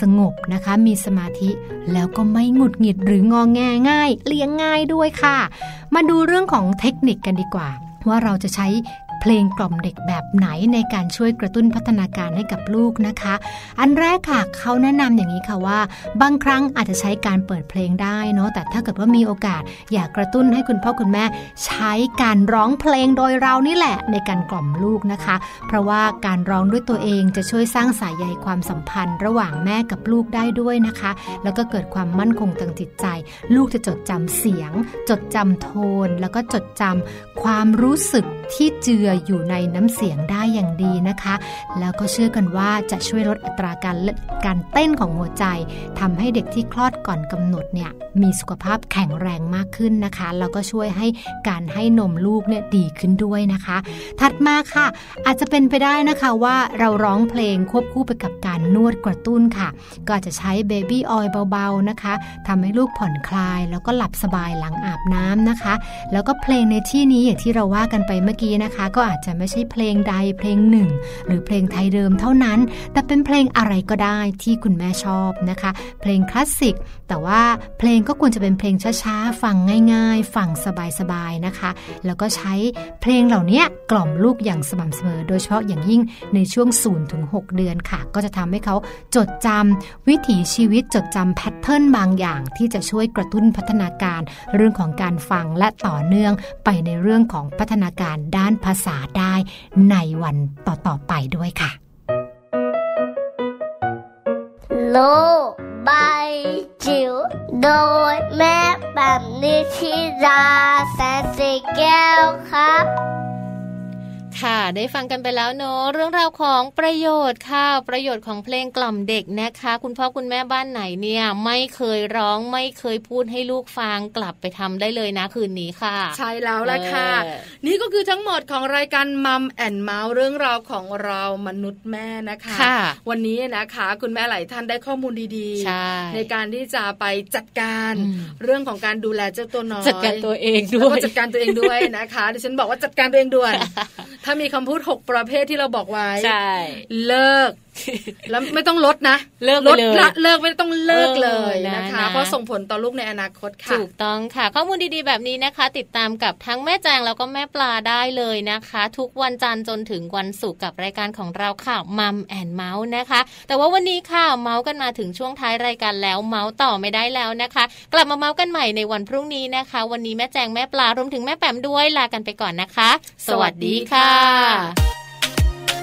Speaker 7: สงบนะคะ มีสมาธิ แล้วก็ไม่หงุดหงิดหรืององแงง่าย เลี้ยงง่ายด้วยค่ะ มาดูเรื่องของเทคนิคกันดีกว่า ว่าเราจะใช้เพลงกล่อมเด็กแบบไหนในการช่วยกระตุ้นพัฒนาการให้กับลูกนะคะ อันแรกค่ะเขาแนะนำอย่างนี้ค่ะว่า บางครั้งอาจจะใช้การเปิดเพลงได้เนาะแต่ถ้าเกิดว่ามีโอกาส อยากกระตุ้นให้คุณพ่อคุณแม่ ใช้การร้องเพลงโดยเรานี่แหละ ในการกล่อมลูกนะคะ เพราะว่าการร้องด้วยตัวเองจะช่วยสร้างสายใยความสัมพันธ์ ระหว่างแม่กับลูกได้ด้วยนะคะ แล้วก็เกิดความมั่นคงทางจิตใจ ลูกจะจดจำเสียง จดจำโทน แล้วก็จดจำความรู้สึกที่เจืออยู่ในน้ำเสียงได้อย่างดีนะคะ แล้วก็เชื่อกันว่าจะช่วยลดอัตราการเลการเต้นของหัวใจทำให้เด็กที่คลอดก่อนกำหนดเนี่ยมีสุขภาพแข็งแรงมากขึ้นนะคะ แล้วก็ช่วยให้การให้นมลูกเนี่ยดีขึ้นด้วยนะคะ ถัดมาค่ะ อาจจะเป็นไปได้นะคะว่าเราร้องเพลงควบคู่ไปกับการนวดกระตุ้นค่ะ ก็อาจจะใช้เบบี้ออยล์เบาๆนะคะทำให้ลูกผ่อนคลาย แล้วก็หลับสบายหลังอาบน้ำนะคะ แล้วก็เพลงในที่นี้อย่างที่เราว่ากันไปเมื่อกี้นะคะ ก็อาจจะไม่ใช่เพลงใดเพลงหนึ่ง หรือเพลงไทยเดิมเท่านั้น แต่เป็นเพลงอะไรก็ได้ที่คุณแม่ชอบนะคะ เพลงคลาสสิก แต่ว่าเพลงก็ควรจะเป็นเพลงช้าๆ ฟังง่ายๆ ฟังสบายๆ นะคะ แล้วก็ใช้เพลงเหล่านี้กล่อมลูกอย่างสม่ำเสมอ โดยเฉพาะอย่างยิ่งในช่วง0ถึง6เดือนค่ะ ก็จะทำให้เขาจดจำวิถีชีวิตจดจำแพทเทิร์นบางอย่าง ที่จะช่วยกระตุ้นพัฒนาการ เรื่องของการฟังและต่อเนื่องไปในเรื่องของพัฒนาการ ด้านภาษาได้ในวันต่อๆไปด้วยค่ะ
Speaker 6: โลกใบจิ๋วโดยแม่แบบนิชิราแสนสีแก้วครับ
Speaker 2: ค่ะ ได้ฟังกันไปแล้วเนอะเรื่องราวของประโยชน์ค่ะ ประโยชน์ของเพลงกล่อมเด็กนะคะ คุณพ่อคุณแม่บ้านไหนเนี่ย ไม่เคยร้องไม่เคยพูดให้ลูกฟังกลับไปทำได้เลยนะคืนนี้ค่ะ
Speaker 3: ใช่แล้วล่ะค่ะ
Speaker 2: เออ
Speaker 3: นี่ก็คือทั้งหมดของรายการมัมแอนเมาส์เรื่องราวของเรามนุษย์แม่นะคะ
Speaker 2: ค่ะ
Speaker 3: วันนี้นะคะ คุณแม่หลายท่านได้ข้อมูลดี
Speaker 2: ใช่
Speaker 3: ในการที่จะไปจัดการ
Speaker 2: อืม
Speaker 3: เรื่องของการดูแลเจ้าตัวน้อย
Speaker 2: จัดการตัวเองด้
Speaker 3: แล้ว วย ก็จัดการตัวเองด้วยนะคะ ดิฉันบอกว่าจัดการตัวเองด่วน ถ้ามีคำพูด 6 ประเภทที่เราบอกไว้
Speaker 2: ใช่
Speaker 3: เลิ ก แล้วไม่ต้องลดนะ
Speaker 2: เลิกไป
Speaker 3: ด
Speaker 2: เลย
Speaker 3: ละเลิกไม่ต้องเลิกเลย
Speaker 2: เออนะ
Speaker 3: นะคะ
Speaker 2: นะ
Speaker 3: เพราะส่งผลต่อลูกในอนาคตค่ะ
Speaker 2: ถูกต้องค่ะ ข้อมูลดีๆแบบนี้นะคะ ติดตามกับทั้งแม่แจงแล้วก็แม่ปลาได้เลยนะคะ ทุกวันจันทร์จนถึงวันศุกร์กับรายการของเราค่ะมัมแอนเมาส์นะคะ แต่ว่าวันนี้ค่ะเมาส์กันมาถึงช่วงท้ายรายการแล้วเมาส์ต่อไม่ได้แล้วนะคะ กลับมาเมาส์กันใหม่ในวันพรุ่งนี้นะคะ วันนี้แม่แจงแม่ปลารวมถึงแม่แปมด้วยลากันไปก่อนนะคะ สวัสดีค่ะ